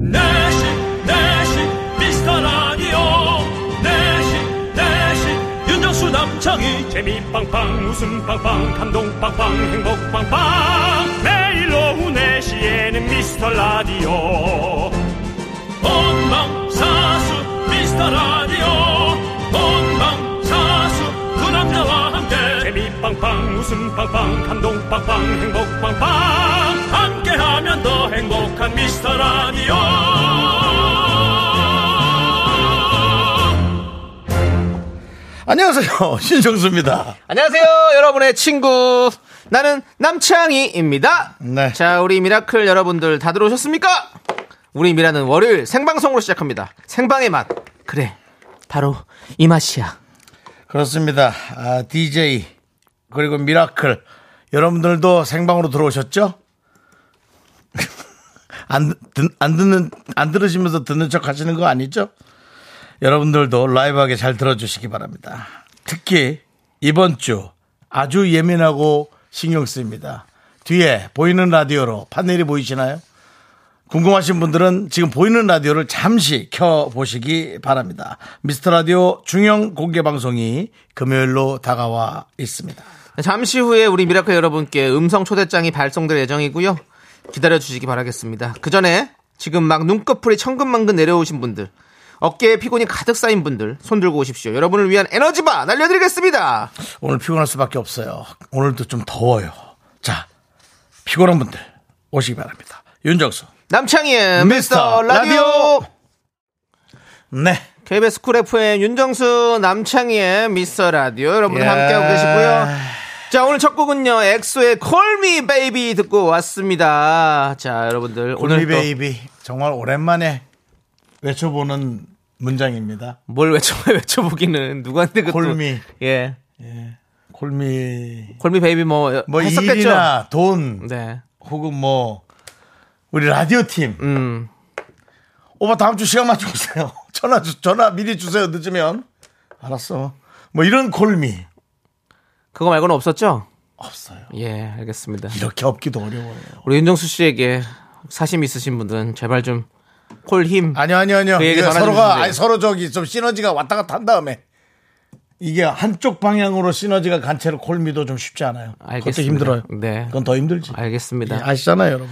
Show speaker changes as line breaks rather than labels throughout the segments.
내시 내시 미스터 라디오 내시 내시 윤정수 남창희
재미 빵빵 웃음 빵빵 감동 빵빵 행복 빵빵 매일 오후 4시에는 미스터 라디오
본방사수 미스터 라디오 본방사수 그 남자와 함께
재미 빵빵 웃음 빵빵 감동 빵빵 행복 빵빵
함께하면 더 행복한 미스터 라디오
안녕하세요. 신정수입니다.
안녕하세요, 여러분의 친구. 나는 남창희입니다.
네.
자, 우리 미라클 여러분들 다들 오셨습니까? 우리 미라는 월요일 생방송으로 시작합니다. 생방의 맛. 그래. 바로 이 맛이야.
그렇습니다. 아, DJ 그리고 미라클 여러분들도 생방으로 들어오셨죠? 안, 듣, 안 듣는 안 들으시면서 듣는 척 하시는 거 아니죠? 여러분들도 라이브하게 잘 들어주시기 바랍니다. 특히 이번 주 아주 예민하고 신경 쓰입니다. 뒤에 보이는 라디오로 판넬이 보이시나요? 궁금하신 분들은 지금 보이는 라디오를 잠시 켜보시기 바랍니다. 미스터 라디오 중형 공개 방송이 금요일로 다가와 있습니다.
잠시 후에 우리 미라클 여러분께 음성 초대장이 발송될 예정이고요. 기다려주시기 바라겠습니다. 그 전에 지금 막 눈꺼풀이 천근만근 내려오신 분들, 어깨에 피곤이 가득 쌓인 분들, 손 들고 오십시오. 여러분을 위한 에너지바 날려드리겠습니다.
오늘 피곤할 수밖에 없어요. 오늘도 좀 더워요. 자, 피곤한 분들 오시기 바랍니다. 윤정수.
남창희의
미스터
미스터
라디오.
라디오.
네.
KBS 쿨 FM 윤정수 남창희의 미스터 라디오 여러분들
예.
함께하고 계시고요. 자 오늘 첫 곡은요 엑소의 콜미 베이비 듣고 왔습니다. 자 여러분들 오늘
올리베이비 정말 오랜만에 외쳐보는 문장입니다.
또뭘 외쳐 외쳐보기는 누구한테 그
콜미.
예
콜미
콜미 베이비 뭐,
뭐
했었겠죠.
일이나 돈
네.
혹은 뭐 우리 라디오 팀
음.
오빠 다음 주 시간 맞춰 주세요. 전화 주, 전화 미리 주세요. 늦으면 알았어. 뭐 이런 골미
그거 말고는 없었죠?
없어요.
예, 알겠습니다.
이렇게 없기도 어려워요.
우리 윤정수 씨에게 사심 있으신 분들은 제발 좀 콜 힘.
아니요, 아니요, 아니요.
그
이게
얘기 전화 좀
서로가
주세요.
아니 서로 저기 좀 시너지가 왔다 갔다 한 다음에 이게 한쪽 방향으로 시너지가 간 채로 골미도 좀 쉽지 않아요. 그것도
알겠습니다.
힘들어요.
네.
그건 더 힘들지.
알겠습니다.
예, 아시잖아요, 여러분.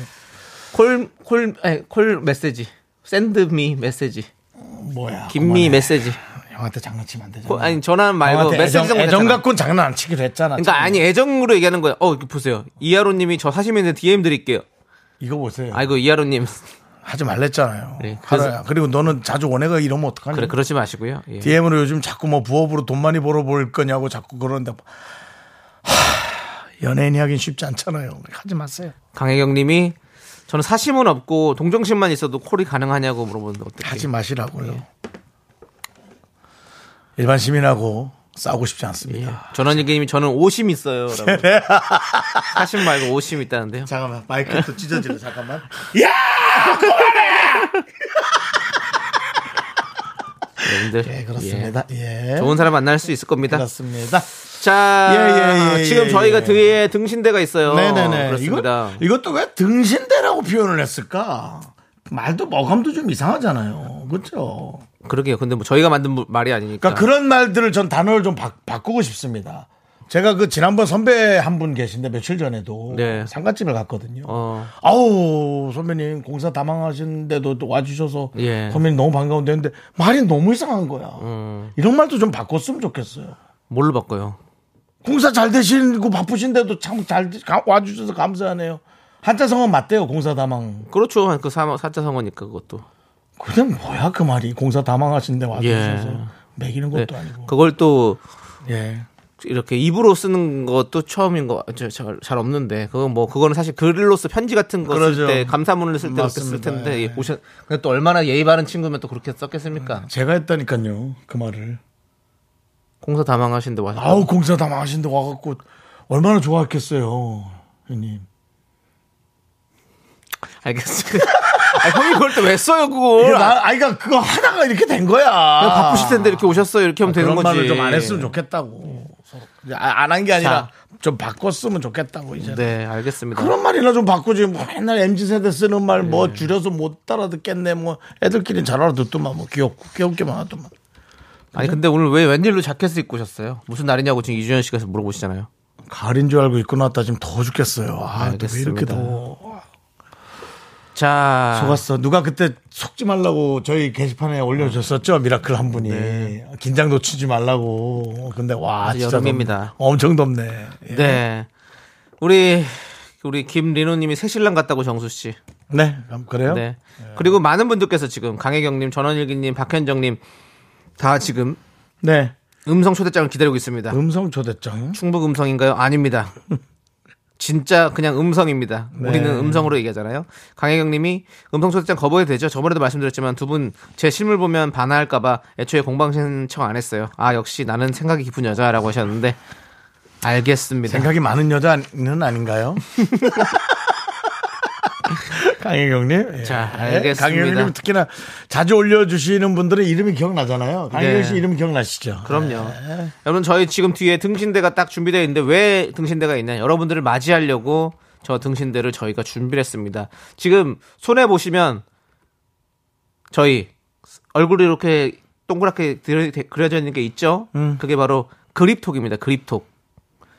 콜, 콜, 아니, 콜 메시지. 샌드미 메시지.
뭐야?
김미
그만해.
메시지.
형한테 장난치면 안 되잖아.
콜, 아니, 전화 말고
형한테
메시지
애정,
정도.
애정
되잖아.
갖고는 장난 안 치기로 했잖아.
그러니까 아니, 애정으로 얘기하는 거야. 어, 이거 보세요. 이하로 님이 저 사심 있는 DM 드릴게요.
이거 보세요.
아이고, 이하로 님.
하지 말랬잖아요.
네, 그래서-
하루야. 그리고 너는 자주 원해가 이러면 어떡하냐?
그래, 그러지 마시고요. 예.
DM으로 요즘 자꾸 뭐 부업으로 돈 많이 벌어볼 거냐고 자꾸 그러는데 하, 연예인이 하긴 쉽지 않잖아요. 하지 마세요.
강혜경 님이 저는 사심은 없고 동정심만 있어도 콜이 가능하냐고 물어보는데 어떻게.
하지 마시라고요. 일반 시민하고 싸우고 싶지 않습니다.
예. 전원님 님이 저는 오심 있어요. 라고.
네.
사심 말고 오심 있다는데요.
잠깐만 마이크 또 찢어지네 잠깐만. 야
여러분들.
네, 그렇습니다. 예,
예. 좋은 사람 만날 수 있을 겁니다.
그렇습니다.
자, 아,
예, 예, 예,
지금
예,
저희가
예.
뒤에 등신대가 있어요.
네네네. 이거
그렇습니다.
이것도 왜 등신대라고 표현을 했을까? 말도 어감도 좀 이상하잖아요. 그렇죠.
그러게요. 근데 뭐 저희가 만든 무- 말이 아니니까.
그러니까 그런 말들을 전 단어를 좀 바, 꾸고 싶습니다. 제가 그 지난번 선배 한 분 계신데 며칠 전에도
네.
상가집을 갔거든요.
어.
아우 선배님 공사 다 망하신데도 또 와주셔서
예.
선배님 너무 반가운데 했는데 말이 너무 이상한 거야.
음.
이런 말도 좀 바꿨으면 좋겠어요.
뭘로 바꿔요?
공사 잘 되시고 바쁘신데도 참 잘 와주셔서 감사하네요. 한자 성어 맞대요 공사 다망.
그렇죠. 그 사, 사자 성어니까 그것도.
그게 뭐야 그 말이 공사 다망하신데 와주셔서
예.
매기는
네.
것도 아니고.
그걸 또
예.
이렇게 입으로 쓰는 것도 처음인 거, 저- 잘, 잘 없는데. 그건 뭐, 그거는 사실 글로써 편지 같은 거 쓸
그러죠.
때, 감사문을 쓸 때 그렇게 쓸
맞습니다.
텐데,
예. 음.
예, 보셨, 근데 또 얼마나 예의 바른 친구면 또 그렇게 썼겠습니까?
제가 했다니까요 그 말을.
공사 다 망하신데 와서.
아우 공사 다 망하신데 와갖고 얼마나 좋아했겠어요 형님
알겠습니다. 아, 형이 그걸 또 왜 써요
이게
그걸? 아,
어, 나, 아이가 그거 하다가 이렇게 된 거야.
그냥 바쁘실 텐데 이렇게 오셨어요 이렇게 하면 되는
아, 그런
거지.
말을 좀 안 했으면 좋겠다고. 안 한 게 아니라 좀 바꿨으면 좋겠다고 이제.
네, 알겠습니다.
그런 말이나 좀 바꾸지. 뭐 맨날 mz 세대 쓰는 말 뭐 줄여서 못 따라 듣겠네. 뭐 애들끼리 잘 알아 듣더만 뭐 귀엽고 귀엽게만 하더만.
아니 근데 오늘 왜 웬일로 자켓을 입고 오셨어요? 무슨 날이냐고 지금 이주현 씨께서 물어보시잖아요.
가을인 줄 알고 입고 나왔다 지금 더워 죽겠어요. 아, 또왜 이렇게
알겠습니다.
더워.
자,
속았어. 누가 그때 속지 말라고 저희 게시판에 올려줬었죠. 미라클 한 분이. 긴장 놓치지 말라고. 근데 와,
네. 아주
진짜.
여름입니다.
덥네. 엄청 덥네. 예.
네, 우리 우리 김리노님이 새신랑 같다고 정수 씨.
네, 그럼 그래요?
네. 그리고 많은 분들께서 지금 강혜경님, 전원일기님, 박현정님 다 지금
네.
음성 초대장을 기다리고 있습니다.
음성 초대장.
충북 음성인가요? 아닙니다. 진짜 그냥 음성입니다. 우리는 음성으로 얘기하잖아요. 강혜경님이 음성 초대장 거부해도 되죠. 저번에도 말씀드렸지만 두 분 제 실물 보면 반할까봐 애초에 공방 신청 안 했어요. 아 역시 나는 생각이 깊은 여자라고 하셨는데 알겠습니다.
생각이 많은 여자는 아닌가요? 강혜경님. 예.
자, 알겠습니다.
강혜경님 특히나 자주 올려주시는 분들의 이름이 기억나잖아요. 강혜경
네.
씨 이름 기억나시죠?
그럼요.
네.
여러분 저희 지금 뒤에 등신대가 딱 준비되어 있는데 왜 등신대가 있냐? 여러분들을 맞이하려고 저 등신대를 저희가 준비했습니다. 지금 손에 보시면 저희 얼굴이 이렇게 동그랗게 들- 그려져 있는 게 있죠?
음.
그게 바로 그립톡입니다. 그립톡.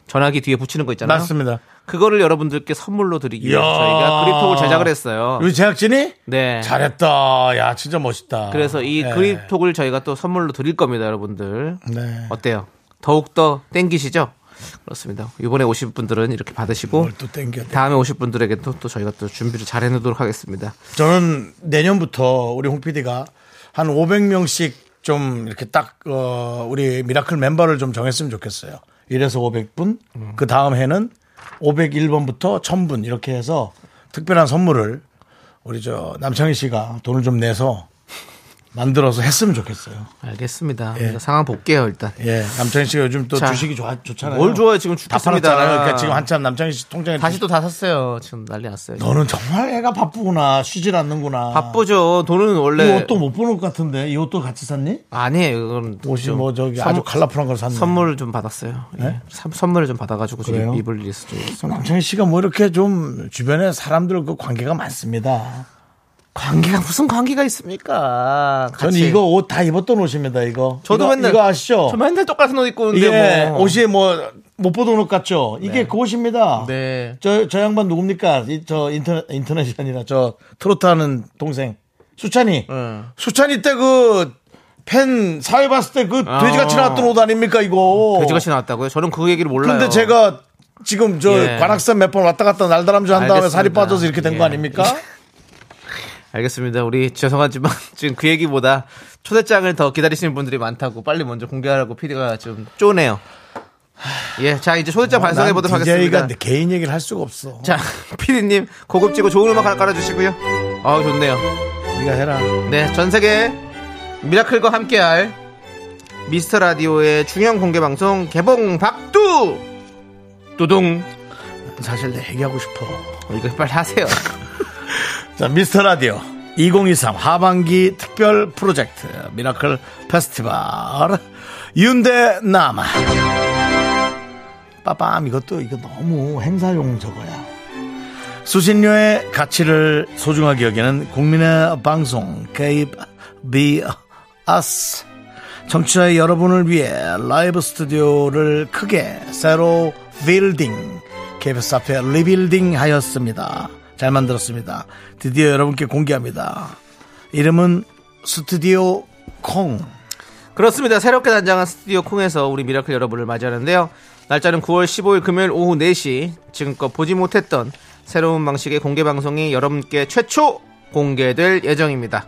전화기 뒤에 붙이는 거 있잖아요.
맞습니다.
그거를 여러분들께 선물로 드리기 위해서
이야.
저희가 그립톡을 제작을 했어요.
우리 제작진이
네.
잘했다. 야, 진짜 멋있다.
그래서 이
예.
그립톡을 저희가 또 선물로 드릴 겁니다, 여러분들.
네.
어때요? 더욱더 땡기시죠? 그렇습니다. 이번에 오실 분들은 이렇게 받으시고
뭘 또 땡겨.
다음에 오실 분들에게도 또 저희가 또 준비를 잘 해놓도록 하겠습니다.
저는 내년부터 우리 홍 PD가 한 500명씩 좀 이렇게 딱, 어, 우리 미라클 멤버를 좀 정했으면 좋겠어요. 이래서 500분, 그 다음 해는 501번부터 1000분 이렇게 해서 특별한 선물을 우리 저 남창희 씨가 돈을 좀 내서 만들어서 했으면 좋겠어요.
알겠습니다. 우리가 상황 볼게요 일단.
예. 남창희 씨가 요즘 또
자,
주식이 좋아, 좋잖아요.
뭘 좋아요 지금
다
죽겠습니다.
팔았잖아요. 그러니까 지금 한참 남창희 씨 통장에
다시
주식-
또 다 샀어요. 지금 난리 났어요.
너는 정말 애가 바쁘구나. 쉬질 않는구나.
바쁘죠. 돈은
이
원래
옷도 못 보는 것 같은데 이 옷도 같이 샀니?
아니에요. 이건
옷이
좀
뭐 저기 아주
선-
칼라풀한 걸 샀네. 네?
선물을 좀 받았어요. 예. 사- 선물을 좀 받아가지고
그래요?
지금 입을 일이 좀 있어요.
남창희 씨가 뭐 이렇게 좀 주변에 사람들 그 관계가 많습니다.
관계가 무슨 관계가 있습니까?
저는
같이.
이거 옷 다 입었던 옷입니다. 이거.
저도
이거,
맨날
이거 아시죠?
저 맨날 똑같은 옷 입고 오는데
이게
뭐.
옷이 뭐 못 보던 옷 같죠? 이게 그 옷입니다.
네.
저, 저 양반 누굽니까? 이, 저 인터넷, 인터넷이 아니라 저 트로트 하는 동생. 수찬이.
응.
수찬이 때 그 팬 사회 봤을 때 그 돼지같이 나왔던 옷 아닙니까 이거?
돼지같이 나왔다고요? 저는 그 얘기를 몰라요.
뭐. 근데 제가 지금 저
예.
관악산 몇 번 왔다 갔다 날다람쥐 한 다음에 살이
알겠습니다.
빠져서 이렇게 된 거
예.
아닙니까?
알겠습니다. 우리 죄송하지만 지금 그 얘기보다 초대장을 더 기다리시는 분들이 많다고 빨리 먼저 공개하라고 PD가 좀 쪼네요. 예, 자 이제
어,
초대장 발송해 보도록 하겠습니다.
DJ가 개인 얘기를 할 수가 없어.
자, PD님 고급지고 좋은 음악 하나 깔아주시고요. 아 좋네요.
네가 해라.
네, 전 세계 미라클과 함께할 미스터 라디오의 중형 공개 방송 개봉 박두 두둥.
사실 내 얘기하고 싶어.
어, 이거 빨리 하세요.
자, 미스터 라디오 2023 하반기 특별 프로젝트 미라클 페스티벌 윤대 남아. 빠밤 이것도 이거 너무 행사용 저거야. 수신료의 가치를 소중하게 여기는 국민의 방송 KBS 청취자 여러분을 위해 라이브 스튜디오를 크게 새로 빌딩 KBS 앞에 리빌딩 하였습니다 잘 만들었습니다 드디어 여러분께 공개합니다 이름은 스튜디오 콩
그렇습니다. 새롭게 단장한 스튜디오 콩에서 우리 미라클 여러분을 맞이하는데요. 날짜는 9월 15일 금요일 오후 4시 지금껏 보지 못했던 새로운 방식의 공개 방송이 여러분께 최초 공개될 예정입니다.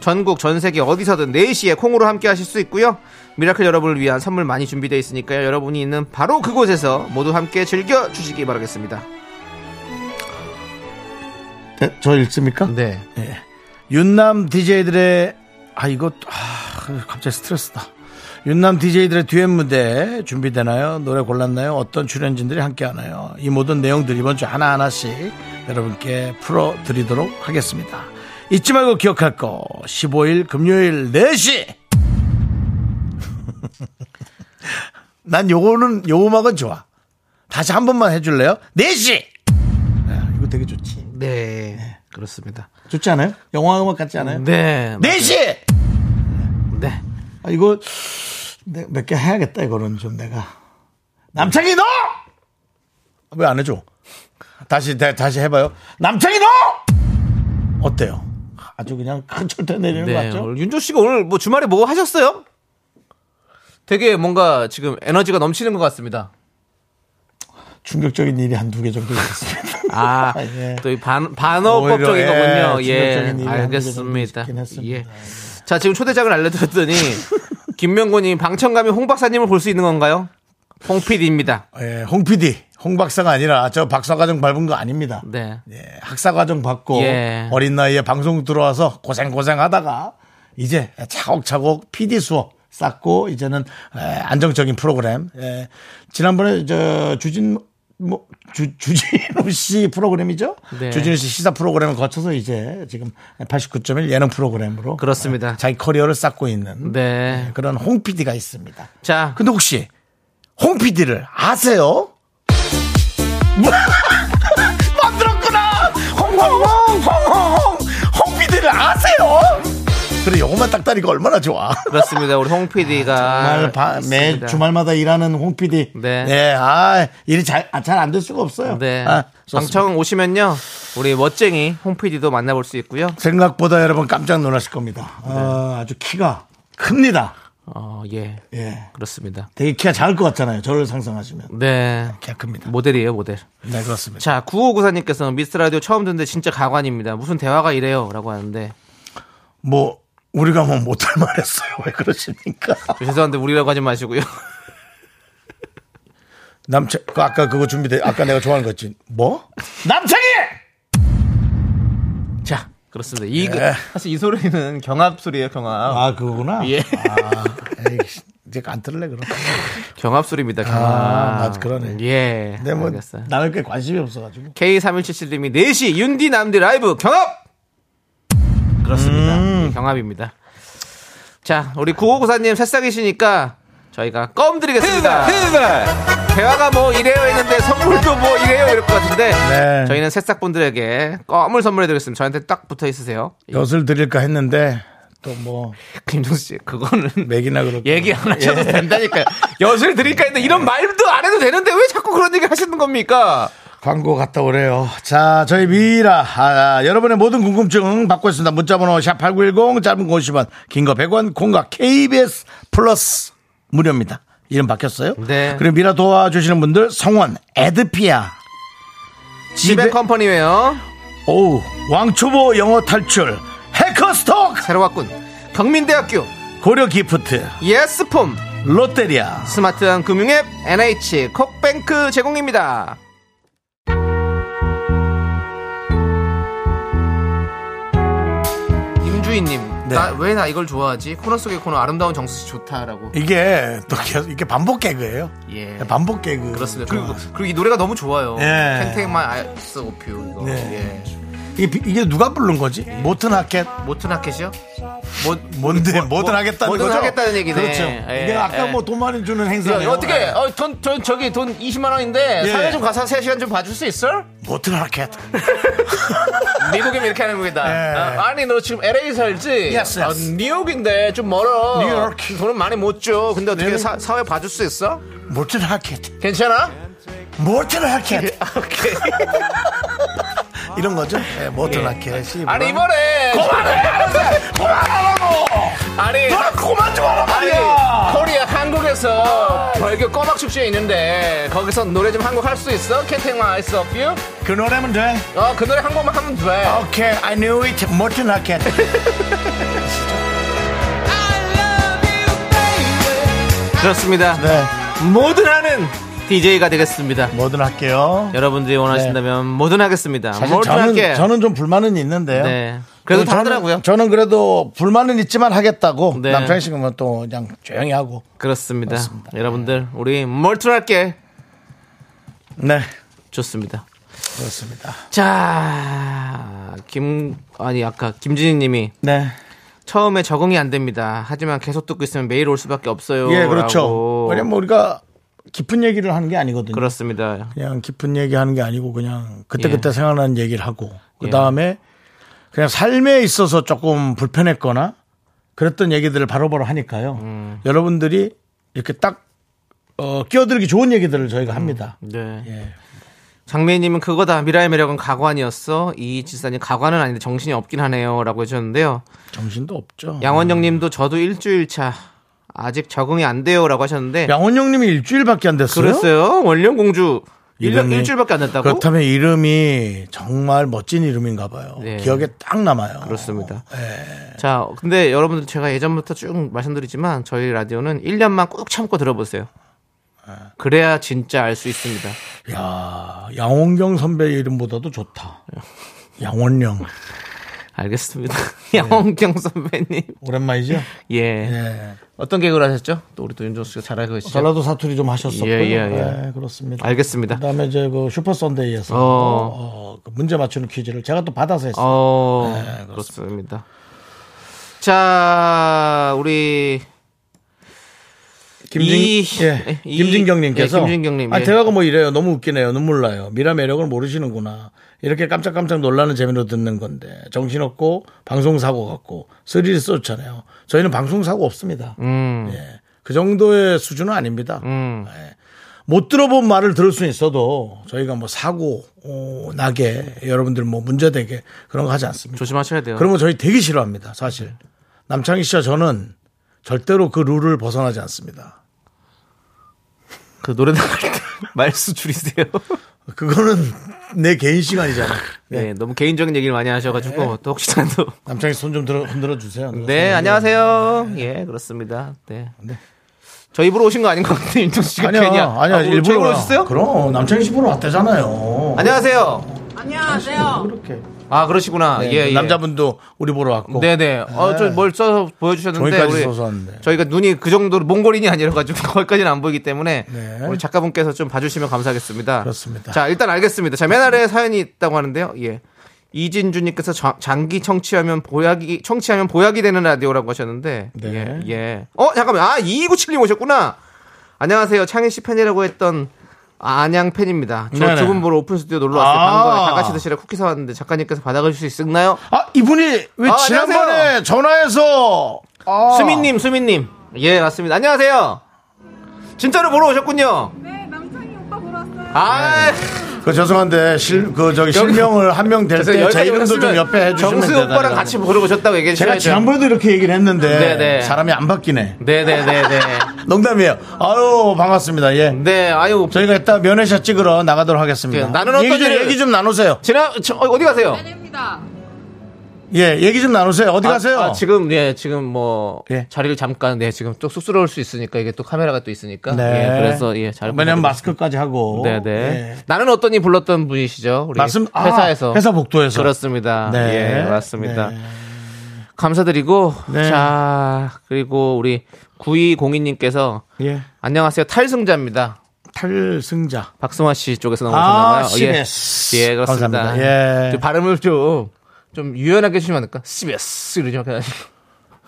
전국 전 세계 어디서든 4시에 콩으로 함께 하실 수 있고요. 미라클 여러분을 위한 선물 많이 준비되어 있으니까요. 여러분이 있는 바로 그곳에서 모두 함께 즐겨 주시기 바라겠습니다.
네, 저 읽습니까?
네.
윤남 DJ들의 아 이거 아, 갑자기 스트레스다. 윤남 DJ들의 듀엣 무대 준비되나요? 노래 골랐나요? 어떤 출연진들이 함께 하나요? 이 모든 내용들 이번 주 하나하나씩 여러분께 풀어드리도록 하겠습니다. 잊지 말고 기억할 거 15일 금요일 4시 난 요거는 요 음악은 좋아 다시 한 번만 해줄래요? 4시 야, 이거 되게 좋지
네. 그렇습니다.
좋지 않아요? 영화 음악 같지 않아요?
네. 맞아요.
4시
네.
아, 이거 몇 개 해야겠다 이거는 좀 내가 남창이 너! 왜 안 해줘? 다시 다, 다시 해봐요 남창이 너! 어때요? 아주 그냥 큰 철퇴 내리는 거
네.
같죠?
오늘 윤조 씨가 오늘 뭐 주말에 뭐 하셨어요? 되게 뭔가 지금 에너지가 넘치는 것 같습니다.
충격적인 일이 한 두 개 정도 있었습니다
아,
예.
또 이 반, 반어법적인
오히려,
거군요.
예,
예,
충격적인 일이
알겠습니다.
한두 개 정도 있긴 했습니다.
예. 자, 지금 초대장을 알려드렸더니, 김명곤님, 방청감이 홍 박사님을 볼 수 있는 건가요? 홍 PD입니다.
예, 홍 PD 홍 박사가 아니라 저 박사과정 밟은 거 아닙니다
네.
예, 학사과정 받고
예.
어린 나이에 방송 들어와서 고생고생 하다가 이제 차곡차곡 PD 수업 쌓고 이제는 에, 안정적인 프로그램. 예, 지난번에 저 주진 뭐 주, 주진우 씨 프로그램이죠?
네.
주진우 씨 시사 프로그램을 거쳐서 이제 지금 89.1 예능 프로그램으로
그렇습니다.
어, 자기 커리어를 쌓고 있는
네.
그런 홍 PD가 있습니다.
자,
근데 혹시 홍 PD를 아세요? 만들었구나! 홍홍홍홍홍홍! 홍 PD를 아세요? 그래, 요것만 딱 따니까 얼마나 좋아.
그렇습니다. 우리 홍 PD가.
아, 정말 바- 매 주말마다 일하는 홍 PD.
아, 네.
아, 일이 잘, 잘 안 될 수가 없어요.
네.
아, 좋습니다.
방청 오시면요, 우리 멋쟁이 홍 PD도 만나볼 수 있고요.
생각보다 여러분 깜짝 놀라실 겁니다. 어,
네.
아주 키가 큽니다.
어, 예.
예.
그렇습니다.
되게 키가 작을 것 같잖아요. 저를 상상하시면.
네.
키가 큽니다.
모델이에요, 모델.
네, 그렇습니다.
자, 9594님께서 미스터 라디오 처음 듣는데 진짜 가관입니다. 무슨 대화가 이래요? 라고 하는데.
뭐 우리가 뭐 못할 말했어요. 왜 그러십니까?
저 죄송한데 우리라고 하지 마시고요.
남창 그 아까 그거 준비돼 아까 내가 좋아하는 거 있지. 뭐? 남창이!
자, 그렇습니다. 이
예.
사실 이 소리는 경합 소리예요, 경합.
아 그거구나.
예.
아, 에이, 이제 안 들을래 그럼.
경합 소리입니다. 경합.
아, 맞- 그러네.
예.
근데 뭐
알겠어요.
나는 꽤 관심이 없어가지고.
K3177님이 4시 윤디 남디 라이브 경합! 그렇습니다. 이 경합입니다. 자, 우리 9594님 새싹이시니까 저희가 껌 드리겠습니다. 대화가 뭐 이래요 했는데 선물도 뭐 이래요 이럴 것 같은데
네.
저희는 새싹분들에게 껌을 선물해 드리겠습니다. 저한테 딱 붙어 있으세요.
엿을 드릴까 했는데 또 뭐
김종수 씨, 그거는
맥이나 그렇고. 예.
얘기 안 하셔도 된다니까요. 엿을 예. 드릴까 했는데 이런 말도 안 해도 되는데 왜 자꾸 그런 얘기 하시는 겁니까?
광고 갔다 오래요. 자, 저희 미라. 아, 여러분의 모든 궁금증 받고 있습니다. 문자번호 샵8910, 짧은 거 50원, 긴 거 100원, 공과 KBS 플러스 무료입니다. 이름 바뀌었어요?
네.
그리고 미라 도와주시는 분들, 성원, 에드피아,
집에
지베,
컴퍼니웨어
오우, 왕초보 영어 탈출, 해커스톡,
새로 왔군. 경민대학교
고려 기프트,
예스폼
롯데리아.
스마트한 금융앱 NH 콕뱅크 제공입니다. 임주희님,
네.
나 왜 나 이걸 좋아하지? 코너 속의 코너 아름다운 정수 씨 좋다라고.
예. 이게 또 계속, 이게 반복 개그예요
예.
반복 개그.
그렇습니다. 그리고, 그리고 이 노래가 너무 좋아요.
예.
탱탱 마이 아이스 오피오 이거.
네.
예.
이게, 이게 누가 부른 거지? 모튼 하켓?
모튼 하켓이요?
뭐, 뭔데 뭐든 하겠다는
뭐든
거죠?
하겠다는 얘기네.
그렇죠.
예,
이게 아까
예.
뭐 돈 많이 주는 행사네.
어떻게? 어, 돈, 돈 저기 돈 20만 원인데
예.
사회 좀 가서 3시간 좀 봐줄 수 있어?
뭐든 하겠.
미국이면 이렇게 하는 겁니다.
예.
어, 아니 너 지금 LA 살지?
Yes, yes.
어, 뉴욕인데 좀 멀어.
뉴욕.
돈은 많이 못 줘. 근데 어떻게
뉴욕.
사, 사회 봐줄 수 있어?
뭐든 하겠.
괜찮아?
네. 뭐든 하겠.
오케이.
이런 거죠? 예, 뭐든 하겠.
아니 이번에 그만해.
그만하라고.
아니
너는 그만 좀 하라
아니
말이야.
코리아 한국에서 벌교 꼬막축제 있는데 거기서 노래 좀 한국 할 수 있어? 캔탱 아이스 어뷰?
그 노래면 돼.
어그 노래 한 곡만 하면 돼.
오케이, I knew it. 뭐든 하겠.
그렇습니다.
네,
뭐든 하는 DJ가 되겠습니다.
뭐든 할게요.
여러분들이 원하신다면 뭐든 하겠습니다.
네. 사실
뭐든 할게.
저는 저는 좀 불만은 있는데요.
네. 그래도 다
저는-
하더라고요.
저는 그래도 불만은 있지만 하겠다고
네.
남창희 씨는 뭐 또 그냥 조용히 하고.
그렇습니다. 여러분들 우리 뭘든 할게
네.
좋습니다.
그렇습니다.
자, 김, 아니, 아까 김진희 님이
네.
처음에 적응이 안 됩니다. 하지만 계속 듣고 있으면 매일 올 수밖에 없어요.
예, 그렇죠.
라고.
왜냐면 우리가 깊은 얘기를 하는 게 아니거든요.
그렇습니다.
그냥 깊은 얘기 하는 게 아니고 그냥 그때그때
예.
생각나는 얘기를 하고 그 다음에 그냥 삶에 있어서 조금 불편했거나 그랬던 얘기들을 바로바로 하니까요.
음.
여러분들이 이렇게 딱 어, 끼어들기 좋은 얘기들을 저희가 합니다.
네.
예.
장미희님은 그거다. 미라의 매력은 가관이었어. 이지사님 가관은 아닌데 정신이 없긴 하네요.라고 해주셨는데요.
정신도 없죠.
양원영님도 저도 일주일 차 아직 적응이 안 돼요라고 하셨는데
양원영님이 일주일밖에 안 됐어요.
그랬어요. 원령 공주 일
이름이-
일주일밖에 안 됐다고.
그렇다면 이름이 정말 멋진 이름인가 봐요.
네.
기억에 딱 남아요.
그렇습니다. 자, 근데 여러분들 제가 예전부터 쭉 말씀드리지만 저희 라디오는 1년만 꾹 참고 들어보세요. 아. 그래야 진짜 알 수 있습니다.
야, 양원경 선배의 이름보다도 좋다. 양원영.
알겠습니다. 양원경 선배님.
오랜만이죠?
예.
예.
어떤 계획을 하셨죠? 또 우리 또 윤정수 씨가 잘 알고 계시죠?
전라도 사투리 좀 하셨었고요.
예, 예, 예.
예, 그렇습니다.
알겠습니다.
그다음에 이제 그 슈퍼 선데이에서
어.
어, 그 문제 맞추는 퀴즈를 제가 또 받아서 했어요.
어, 그렇습니다. 자, 우리 이-
예.
이-
김진경님께서
예, 김진경님,
아
예.
대화가 뭐 이래요. 너무 웃기네요. 눈물 나요. 미라 매력을 모르시는구나. 이렇게 깜짝깜짝 놀라는 재미로 듣는 건데 정신없고 방송 사고 같고 스릴 쏟잖아요. 저희는 방송 사고 없습니다. 예. 그 정도의 수준은 아닙니다. 예. 못 들어본 말을 들을 수 있어도 저희가 뭐 사고 어, 나게 여러분들 뭐 문제 되게 그런 거 하지 않습니다.
조심하셔야 돼요.
그런 거 저희 되게 싫어합니다. 사실 남창희 씨와 저는 절대로 그 룰을 벗어나지 않습니다.
그 노래 나갈 때 말수 줄이세요.
그거는 내 개인 시간이잖아.
네.
네.
너무 개인적인 얘기를 많이 하셔가지고 또 혹시라도
남창이 손 좀 들어 흔들어 주세요.
네 안녕하세요. 예 그렇습니다. 네. 저 입으로 오신 거 아닌 것 같은데 윤정 씨가
아니야,
괜히
아니야,
아,
일부러
저 입으로
와.
오셨어요?
그럼 남창이 씨 보러 왔대잖아요.
안녕하세요.
안녕하세요.
이렇게
아 그러시구나. 예, 예.
네, 남자분도 우리 보러 왔고.
네네. 어저뭘 써서 보여주셨는데
뭐. 저기까지 써서 왔는데.
저희가 눈이 그 정도로 몽골인이 아니라 가지고 거기까지는 안 보이기 때문에
네.
우리 작가분께서 좀 봐주시면 감사하겠습니다.
그렇습니다.
자 일단 알겠습니다. 자맨 아래 사연이 있다고 하는데요. 예. 이진주님께서 자- 장기 청취하면 보약이 청취하면 보약이 되는 라디오라고 하셨는데
네.
예, 예. 어 잠깐만 아 2977님 오셨구나. 안녕하세요 창희 씨 팬이라고 했던 안양 팬입니다. 저
네네.
두 분 보러 오픈 스튜디오 놀러 왔어요.
아.
방금 전에 다 같이 드시라 쿠키 사왔는데 작가님께서 받아가실 수 있나요?
아 이분이 왜
아,
지난번에
안녕하세요.
전화해서 아,
수민님, 수민님. 예, 맞습니다. 안녕하세요. 진짜로 보러 오셨군요.
네, 남창희 오빠 보러 왔어요.
아,
그 죄송한데 실 그 저기 실명을 한 명 될 때 제 이름도 좀 옆에 해주시면
정수
되나요? 네,
오빠랑 같이 보러 오셨다고 얘기해 주셔야
제가
죠
지난번에도 이렇게 얘기를 했는데
네, 네.
사람이 안 바뀌네.
네네네네.
농담이에요. 아유 반갑습니다. 예.
네, 아유.
저희가 이따 면회샷 찍으러 나가도록 하겠습니다.
네, 나는
얘기
어떤
좀,
일을-
얘기 좀 나누세요.
지난, 저, 어, 어디 가세요?
네, 아닙니다.
예, 얘기 좀 나누세요. 어디 가세요?
아, 아, 지금, 예, 지금 뭐,
예.
자리를 잠깐, 네, 지금 또 쑥스러울 수 있으니까, 이게 또 카메라가 또 있으니까.
네.
예, 그래서, 예, 잘.
왜냐면 마스크까지 하고.
네네.
예.
나는 어떤이 불렀던 분이시죠? 우리
말씀- 아,
회사에서.
회사 복도에서.
그렇습니다.
네.
예, 맞습니다.
네.
감사드리고
네.
자 그리고 우리 9202님께서
예.
안녕하세요 탈승자입니다.
탈승자.
박승화 씨 쪽에서
아,
나오셨나요? 어,
CBS.
예, 예, 그렇습니다.
감사합니다. 예.
좀 발음을 좀, 좀 유연하게 해주시면 안 될까? CBS 이러지 말고 그냥,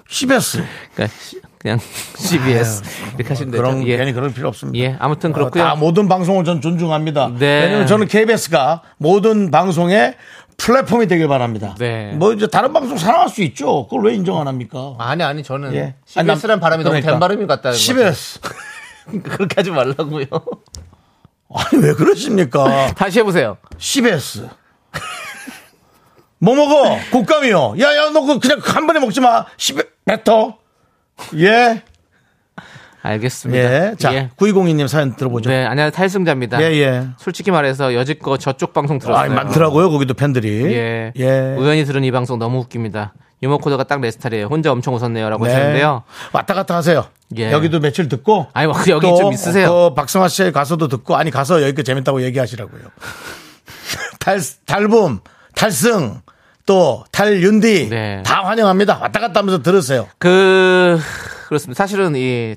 CBS.
그냥 시- 그냥 CBS 이렇게 하시면 되죠.
뭐 그런,
예.
괜히 그럴 필요 없습니다.
예, 아무튼 그렇고요.
다 모든 방송을 전 존중합니다.
네.
왜냐면 저는 KBS가 모든 방송의 플랫폼이 되길 바랍니다.
네.
뭐 이제 다른 방송 사랑할 수 있죠. 그걸 왜 인정 안 합니까?
아니 아니 저는
예. 아니, 난-
CBS란 발음이
그러니까.
너무 된발음이 같다는 거
CBS.
그렇게 하지 말라고요.
아니 왜 그러십니까?
다시 해보세요.
CBS. 뭐 먹어? 곶감이요. 야, 야, 너 그거 그냥 한 번에 먹지 마. 10, 뱉어. 예.
알겠습니다.
예. 자,
예.
9202님 사연 들어보죠.
네, 안녕하세요. 탈승자입니다.
예, 예.
솔직히 말해서 여지껏 저쪽 방송
아,
들었어요.
많더라고요. 거기도 팬들이.
예. 우연히 들은 이 방송 너무 웃깁니다. 유머 코드가 딱 내 스타일이에요. 혼자 엄청 웃었네요라고
네.
하셨는데요.
왔다 갔다 하세요.
예.
여기도 며칠 듣고.
아니, 뭐, 여기
또,
좀 있으세요.
또 박성화 씨의 가서도 듣고. 아니, 가서 여기 그 재밌다고 얘기하시라고요. 달, 달봄, 달승, 또 달윤디.
네.
다 환영합니다. 왔다 갔다 하면서 들으세요.
그 그렇습니다. 사실은 이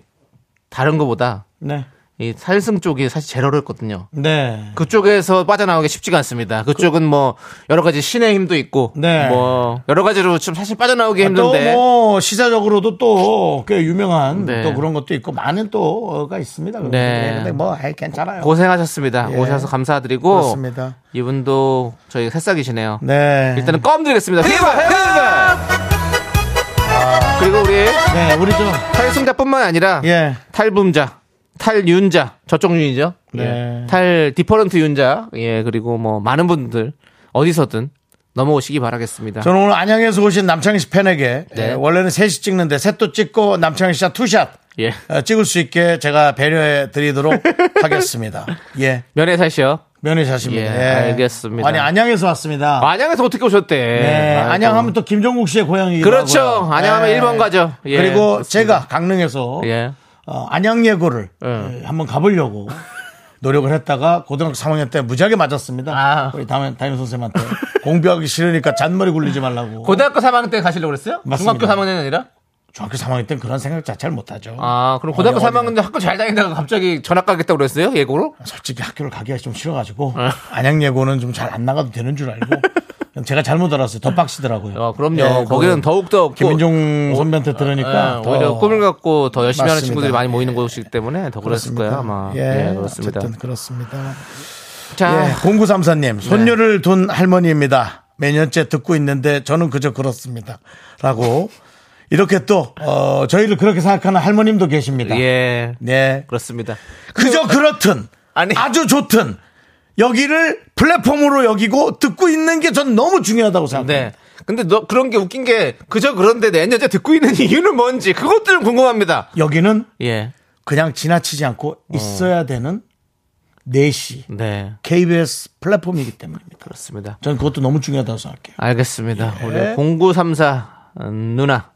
다른 거보다
네.
이 살승 쪽이 사실 제일 어렵거든요.
네.
그쪽에서 빠져나오기 쉽지가 않습니다. 그쪽은 뭐 여러 가지 신의 힘도 있고
네.
뭐 여러 가지로 좀 사실 빠져나오기 힘든데
또 뭐 시사적으로도 또 꽤 유명한
네.
또 그런 것도 있고 많은 또가 있습니다. 그런
네.
게. 근데 뭐 에이, 괜찮아요.
고생하셨습니다.
예.
오셔서 감사드리고
그렇습니다.
이분도 저희 새싹이시네요.
네.
일단은 껌 드리겠습니다. 휘발! 휘발! 그리고 우리
네, 우리 좀
탈승자뿐만 아니라
예.
탈붐자, 탈윤자, 저쪽 윤이죠.
네.
예. 탈 디퍼런트 윤자, 예 그리고 뭐 많은 분들 어디서든 넘어오시기 바라겠습니다.
저는 오늘 안양에서 오신 남창희 씨 팬에게
네.
예, 원래는 셋이 찍는데 셋도 찍고 남창희 씨가 투샷
예.
어, 찍을 수 있게 제가 배려해 드리도록 하겠습니다. 예.
면회 사시요.
면회자십니다.
예, 알겠습니다.
아니 안양에서 왔습니다.
안양에서 어떻게 오셨대?
네,
아이고.
안양하면 또 김종국 씨의 고향이기도
그렇죠.
하고요.
안양하면
네.
일본 가죠. 예,
그리고
그렇습니다.
제가 강릉에서
예.
어, 안양 예고를
예.
예, 한번 가보려고 노력을 했다가 고등학교 3학년 때 무지하게 맞았습니다.
아.
우리 담임, 담임 선생님한테 공부하기 싫으니까 잔머리 굴리지 말라고.
고등학교 3학년 때 가시려고 그랬어요?
맞습니다.
중학교 3학년이 아니라?
중학교 3학년 때는 그런 생각 자체를 못하죠.
아, 그럼
어디,
고등학교 3학년 때 학교 잘 다니다가 갑자기 전학 가겠다고 그랬어요? 예고로?
솔직히 학교를 가기가 좀 싫어가지고 안양 예고는 좀 잘 안 나가도 되는 줄 알고 그냥 제가 잘못 알았어요. 덧박시더라고요.
어, 그럼요.
예,
거기는
그
더욱더 없고.
김민종 선배한테 들으니까
예, 오히려
더
꿈을 갖고 더 열심히 하는
맞습니다.
친구들이 많이 모이는
예.
곳이기 때문에 더 그랬을
그렇습니다.
거예요, 아마.
예,
예, 그렇습니다.
어쨌든 그렇습니다.
자,
예,
네.
0934님, 손녀를 둔 할머니입니다. 매년째 듣고 있는데 저는 그저 그렇습니다. 라고. 이렇게 또, 어, 저희를 그렇게 생각하는 할머님도 계십니다.
예.
네.
그렇습니다.
그저 그렇든,
아니.
아주 좋든, 여기를 플랫폼으로 여기고 듣고 있는 게 전 너무 중요하다고 생각합니다.
네. 근데 너 그런 게 웃긴 게 그저 그런데 내년째 듣고 있는 이유는 뭔지 그것도 좀 궁금합니다.
여기는
예.
그냥 지나치지 않고 있어야 되는 4시
네.
KBS 플랫폼이기 때문입니다.
그렇습니다.
저는 그것도 너무 중요하다고 생각해요.
알겠습니다.
예.
우리 0934 누나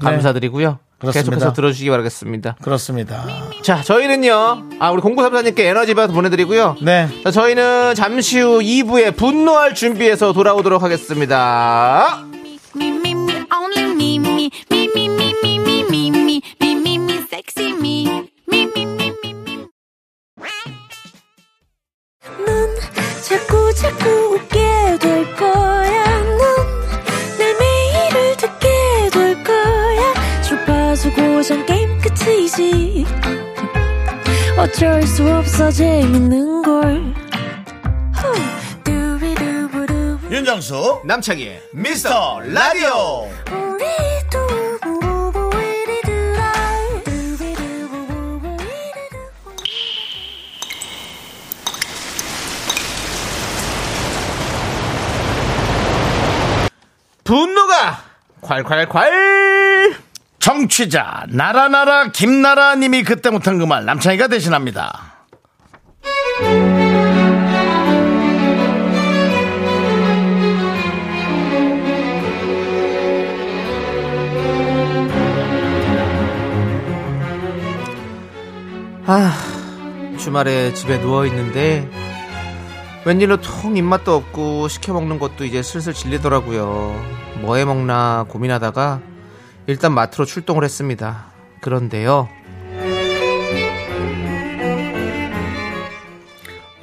감사드리고요.
네. 그렇습니다.
계속해서 들어주시기 바라겠습니다.
그렇습니다.
자, 저희는요. 아, 우리 0934님께 에너지 받아 보내드리고요.
네.
자, 저희는 잠시 후 2부에 분노할 준비해서 돌아오도록 하겠습니다.
Me, me, me, only me, me, me, me, me, me, me, me, me, me, me, me, sexy me. Me, me, me, me, me. 넌 자꾸, 자꾸 웃게 될 거야. 넌내 매일을 듣게 될 거야. 주파수 고정 게임 끝이지. 어쩔 수 없어 재밌는 걸. 후. 두비두부두.
윤정수
남창희의 미스터 라디오. 분노가 콸콸콸!
정취자 나라나라 김나라님이 그때 못한 그 말 남창희가 대신합니다.
아, 주말에 집에 누워있는데 웬일로 통 입맛도 없고 시켜먹는 것도 이제 슬슬 질리더라고요. 뭐 해 먹나 고민하다가 일단 마트로 출동을 했습니다. 그런데요.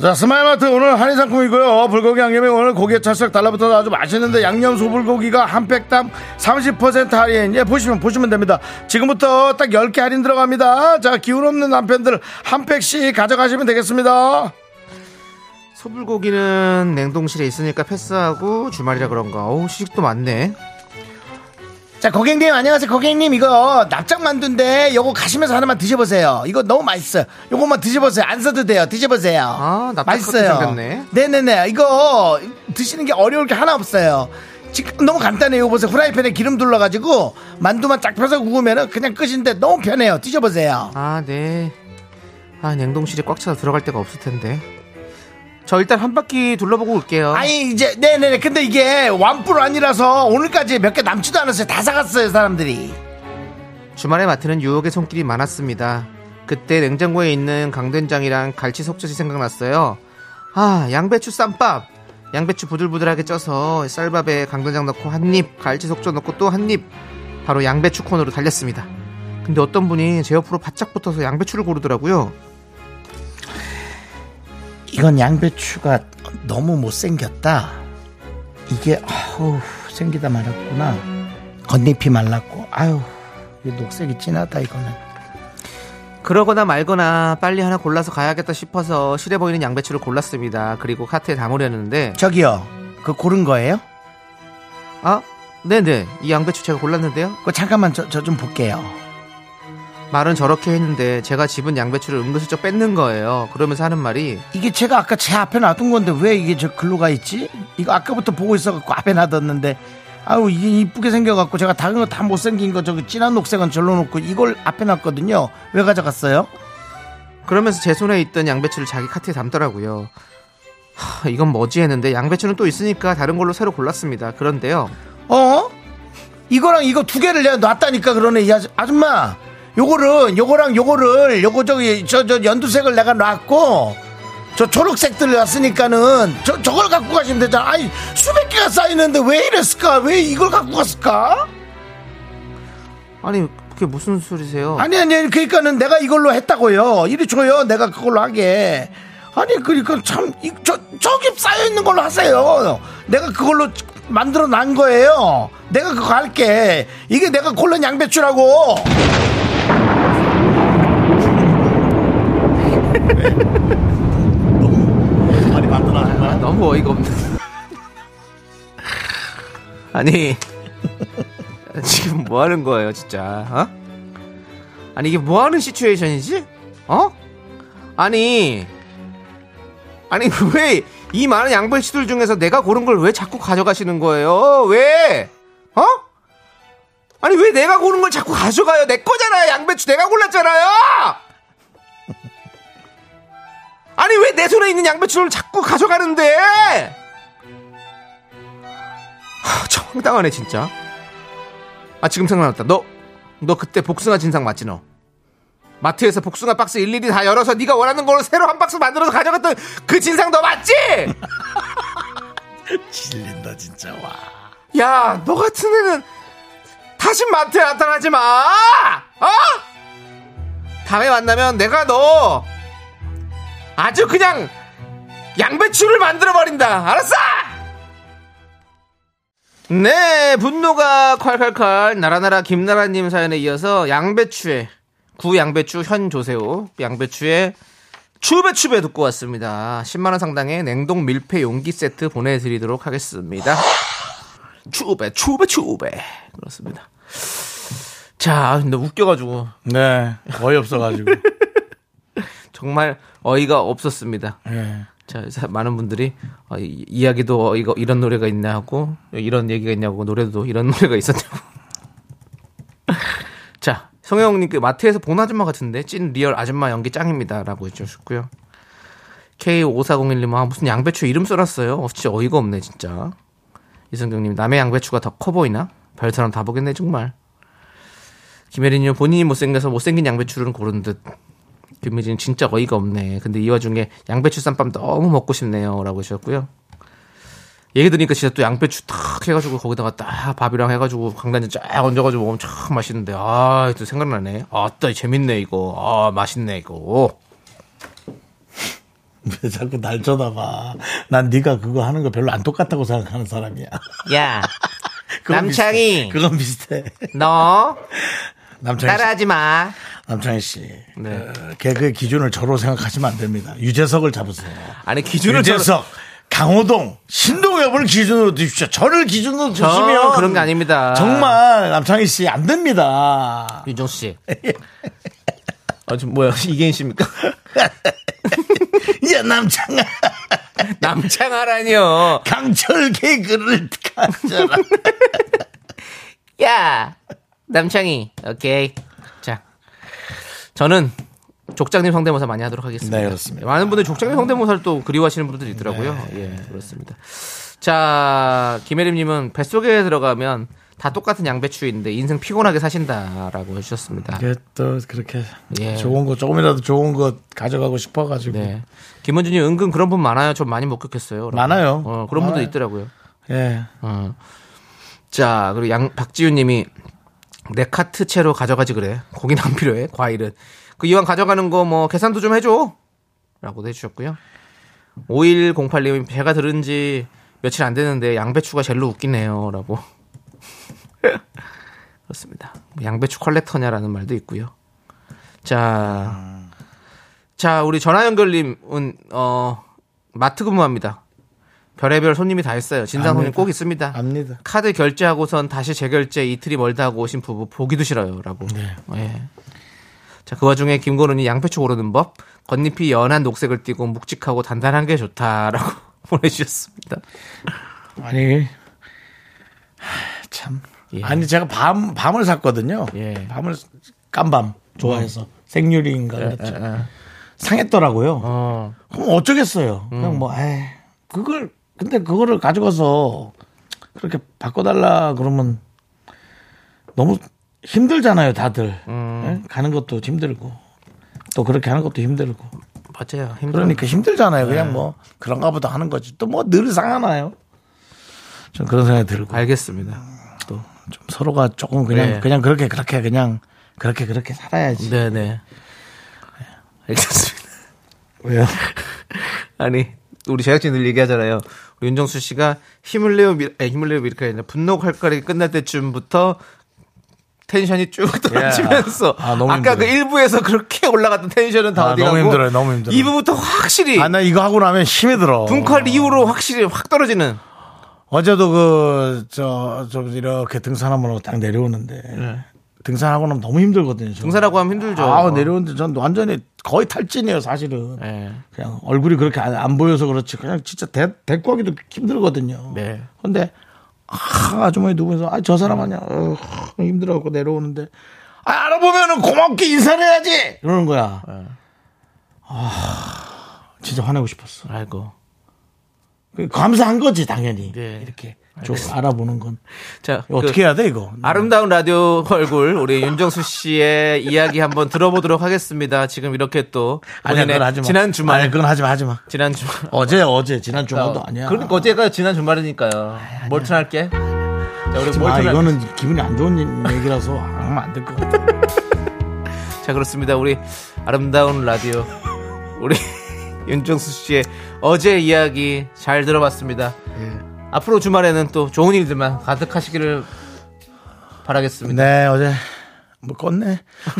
자 스마일마트 오늘 한인상품이고요. 불고기 양념이 오늘 고기에 찰싹 달라붙어서 아주 맛있는데 양념 소불고기가 한 팩당 30% 할인. 예 보시면 보시면 됩니다. 지금부터 딱 10개 할인 들어갑니다. 자 기운 없는 남편들 한 팩씩 가져가시면 되겠습니다.
소불고기는 냉동실에 있으니까 패스하고 주말이라 그런가. 어우, 시식도 많네.
자 고객님 안녕하세요 고객님 이거 납작만두인데 요거 가시면서 하나만 드셔보세요 이거 너무 맛있어요 요것만 드셔보세요 안 써도 돼요 드셔보세요
아, 납작 같이 생겼네.
네네 이거 드시는 게 어려울 게 하나 없어요 지금 너무 간단해요 이거 보세요 후라이팬에 기름 둘러가지고 만두만 쫙 펴서 구우면은 그냥 끝인데 너무 편해요 드셔보세요
아, 네. 아, 냉동실이 꽉 차서 들어갈 데가 없을 텐데. 저 일단 한 바퀴 둘러보고 올게요.
아니 이제 네네네 근데 이게 완뿔 아니라서 오늘까지 몇 개 남지도 않았어요 다 사갔어요 사람들이
주말에 마트는 유혹의 손길이 많았습니다. 그때 냉장고에 있는 강된장이랑 갈치 속젓이 생각났어요. 아, 양배추 쌈밥. 양배추 부들부들하게 쪄서 쌀밥에 강된장 넣고 한 입, 갈치 속젓 넣고 또 한 입. 바로 양배추 코너로 달렸습니다. 근데 어떤 분이 제 옆으로 바짝 붙어서 양배추를 고르더라고요.
이건 양배추가 너무 못생겼다. 이게 아우 생기다 말았구나. 겉잎이 말랐고 아유 이 녹색이 진하다 이거는.
그러거나 말거나 빨리 하나 골라서 가야겠다 싶어서 실해 보이는 양배추를 골랐습니다. 그리고 카트에 담으려는데
저기요 그 고른 거예요?
아 네네 이 양배추 제가 골랐는데요.
그 잠깐만 저 저 좀 볼게요.
말은 저렇게 했는데 제가 집은 양배추를 은근슬쩍 뺏는 거예요. 그러면서 하는 말이
이게 제가 아까 제 앞에 놔둔 건데 왜 이게 저 글로 가 있지? 이거 아까부터 보고 있어갖고 앞에 놔뒀는데 아우 이게 이쁘게 생겨갖고 제가 다른 거 다 못생긴 거 저기 진한 녹색은 절로 놓고 이걸 앞에 놨거든요. 왜 가져갔어요?
그러면서 제 손에 있던 양배추를 자기 카트에 담더라고요. 하, 이건 뭐지 했는데 양배추는 또 있으니까 다른 걸로 새로 골랐습니다. 그런데요.
어? 이거랑 이거 두 개를 내가 놨다니까 그러네 이 아줌- 아줌마. 요거는 요거랑 요거를 요거 저기 저 저 연두색을 내가 놨고 저 초록색들 놨으니까는 저 저걸 갖고 가시면 되잖아. 아니 수백 개가 쌓이는데 왜 이랬을까? 왜 이걸 갖고 갔을까?
아니 그게 무슨 소리세요?
아니 아니 아니, 그러니까는 내가 이걸로 했다고요. 이리 줘요. 내가 그걸로 하게. 아니 그러니까 참저 저기 쌓여 있는 걸로 하세요. 내가 그걸로 만들어 난 거예요. 내가 그거 할게. 이게 내가 골른 양배추라고. 많이 만들어 놨나?
아, 너무 어이가 없네. 아니 지금 뭐 하는 거예요, 진짜? 어? 아니 이게 뭐 하는 시츄에이션이지? 어? 아니 아니 왜 이 많은 양배추들 중에서 내가 고른 걸 왜 자꾸 가져가시는 거예요? 왜? 어? 아니 왜 내가 고른 걸 자꾸 가져가요? 내 거잖아요, 양배추 내가 골랐잖아요. 아니 왜 내 손에 있는 양배추를 자꾸 가져가는데? 하, 참 황당하네 진짜. 아 지금 생각났다. 너 너 그때 복숭아 진상 맞지 너? 마트에서 복숭아 박스 일일이 다 열어서 네가 원하는 걸로 새로 한 박스 만들어서 가져갔던 그 진상 너 맞지?
질린다 진짜 와.
야 너 같은 애는 다시 마트에 나타나지 마. 어? 다음에 만나면 내가 너 아주 그냥 양배추를 만들어 버린다. 알았어? 네, 분노가 콸콸콸 나라나라 김나라님 사연에 이어서 양배추의 구 양배추 현 조세호 양배추의 추배추배 듣고 왔습니다. 10만 원 상당의 냉동 밀폐 용기 세트 보내드리도록 하겠습니다. 추배 추배 추배 그렇습니다. 자, 너 웃겨가지고
네 어이없어가지고.
정말 어이가 없었습니다.
네.
자, 사- 많은 분들이 어, 이, 이야기도 이거 이런 노래가 있냐 하고 이런 얘기가 있냐고 노래도 이런 노래가 있었냐고. 자, 성형님께 그 마트에서 본 아줌마 같은데 찐 리얼 아줌마 연기 짱입니다라고 해주셨고요. K5401님 아 무슨 양배추 이름 써놨어요? 어, 진짜 어이가 없네 진짜. 이성경님 남의 양배추가 더 커 보이나? 별 사람 다 보겠네 정말. 김혜린님 본인이 못생겨서 못생긴 양배추를 고른 듯. 김미진 진짜 어이가 없네. 근데 이 와중에 양배추 쌈밥 너무 먹고 싶네요라고 하셨고요. 얘기 들으니까 진짜 또 양배추 탁 해가지고 거기다가 딱 밥이랑 해가지고 강단지 쫙 얹어가지고 먹으면 참 맛있는데 아 또 생각나네. 아따 재밌네 이거. 아 맛있네 이거.
왜 자꾸 날 쳐다봐? 난 네가 그거 하는 거 별로 안 똑같다고 생각하는 사람이야.
야
그건 비슷해.
남창희.
그건 비슷해.
너
남창희 씨.
따라하지 마.
남창희 씨.
네.
그 개그의 기준을 저로 생각하시면 안 됩니다. 유재석을 잡으세요.
아니 기준을
유재석, 강호동, 신동엽을 기준으로 두십시오. 저를 기준으로
저
두시면
그런 게 아닙니다.
정말 남창희 씨 안 됩니다.
윤정수 씨. 아 지금 뭐야 이계인 씨입니까?
야 남창아
남창하라니요.
강철 개그를 가져라.
야 남창희 오케이 자 저는 족장님 성대모사 많이 하도록 하겠습니다.
네, 그렇습니다. 네,
많은 분들이 족장님 성대모사를 또 그리워하시는 분들이 있더라고요. 예 그렇습니다. 자 김혜림님은 뱃속에 들어가면 다 똑같은 양배추인데 인생 피곤하게 사신다라고 해주셨습니다.
이게 또 그렇게
예.
좋은 거 조금이라도 좋은 거 가져가고 싶어가지고
네 김원준님 은근 그런 분 많아요. 좀 많이 목격했어요.
많아요.
어, 그런 분도
많아요.
있더라고요.
예.
어. 자, 그리고 양 박지윤님이 내 카트 채로 가져가지 그래. 고긴 안 필요해. 과일은 그 이왕 가져가는 거 뭐 계산도 좀 해줘라고도 해주셨고요. 5108님 제가 들은 지 며칠 안 되는데 양배추가 젤로 웃기네요라고. 그렇습니다. 뭐 양배추 컬렉터냐라는 말도 있고요. 자, 자 우리 전화 연결님은 어 마트 근무합니다. 별의별 손님이 다 있어요. 진상 손님 꼭 있습니다.
압니다.
카드 결제하고선 다시 재결제 이틀이 멀다 하고 오신 부부 보기도 싫어요라고.
네.
예. 자, 그 와중에 김건우님 양배추 고르는 법, 겉잎이 연한 녹색을 띠고 묵직하고 단단한 게 좋다라고 보내주셨습니다.
아니 하, 참
예.
아니 제가 밤 밤을 샀거든요.
예. 어.
밤을 깐밤 좋아해서 생유리인가 그랬죠. 상했더라고요.
예, 어,
그럼 어쩌겠어요. 그냥 뭐 에이, 그걸 근데 그거를 가지고서 그렇게 바꿔달라 그러면 너무 힘들잖아요, 다들
음.
예? 가는 것도 힘들고 또 그렇게 하는 것도 힘들고
맞아요. 힘들어.
그러니까 힘들잖아요.
네.
그냥 뭐 그런가 보다 하는 거지. 또 뭐 늘 상하나요? 전 그런 생각이 들고
알겠습니다.
좀 서로가 조금 그냥
네.
그냥 그렇게 그렇게 그냥 그렇게 그렇게 살아야지.
네네. 알겠습니다.
왜요?
아니, 우리 제작진 늘 얘기하잖아요. 우리 윤정수 씨가 힘을 내요, 미, 아니, 힘을 내요, 미라클이 아니라 분노 칼칼이 끝날 때쯤부터 텐션이 쭉 떨어지면서
아, 너무
까
힘들어요.
그 일부에서 그렇게 올라갔던 텐션은 다
아,
어디
너무
가고
힘들어요, 너무 힘들어요.
2부부터 확실히
아 나 이거 하고 나면 힘이 들어.
분칼 이후로 확실히 확 떨어지는
어제도 그, 저, 저, 이렇게 등산하고 딱 내려오는데.
네.
등산하고 나면 너무 힘들거든요. 저는.
등산하고 하면 힘들죠.
아, 내려오는데 전 완전히 거의 탈진이에요, 사실은.
예.
그냥 얼굴이 그렇게 안, 안 보여서 그렇지. 그냥 진짜 대, 데리고 하기도 힘들거든요.
네.
근데, 아, 아주머니 누구면서, 아, 저 사람 아니야. 어, 힘들어갖고 내려오는데. 아, 알아보면은 고맙게 인사를 해야지! 이러는 거야.
예.
아, 진짜 화내고 싶었어.
아이고.
그 감사한 거지 당연히
네.
이렇게 좀 알아보는 건
자,
이거 어떻게
그
해야 돼 이거
아름다운 라디오 얼굴 우리 윤정수 씨의 이야기 한번 들어보도록 하겠습니다. 지금 이렇게 또
아니야
본인의
그건 하지 마
지난 주말
아니, 그건 하지 마 하지 마
지난 주말
어제 어제 지난 주말도 아니야
그러니까 어제가 지난 주말이니까요. 몰튼할게. 자, 우리
하지 마
몰튼할-
이거는 기분이 안 좋은 얘기라서 안 하면 안 될 것 같아
자 그렇습니다. 우리 아름다운 라디오 우리 윤정수 씨의 어제 이야기 잘 들어봤습니다.
예.
앞으로 주말에는 또 좋은 일들만 가득하시기를 바라겠습니다.
네 어제 뭐 껐네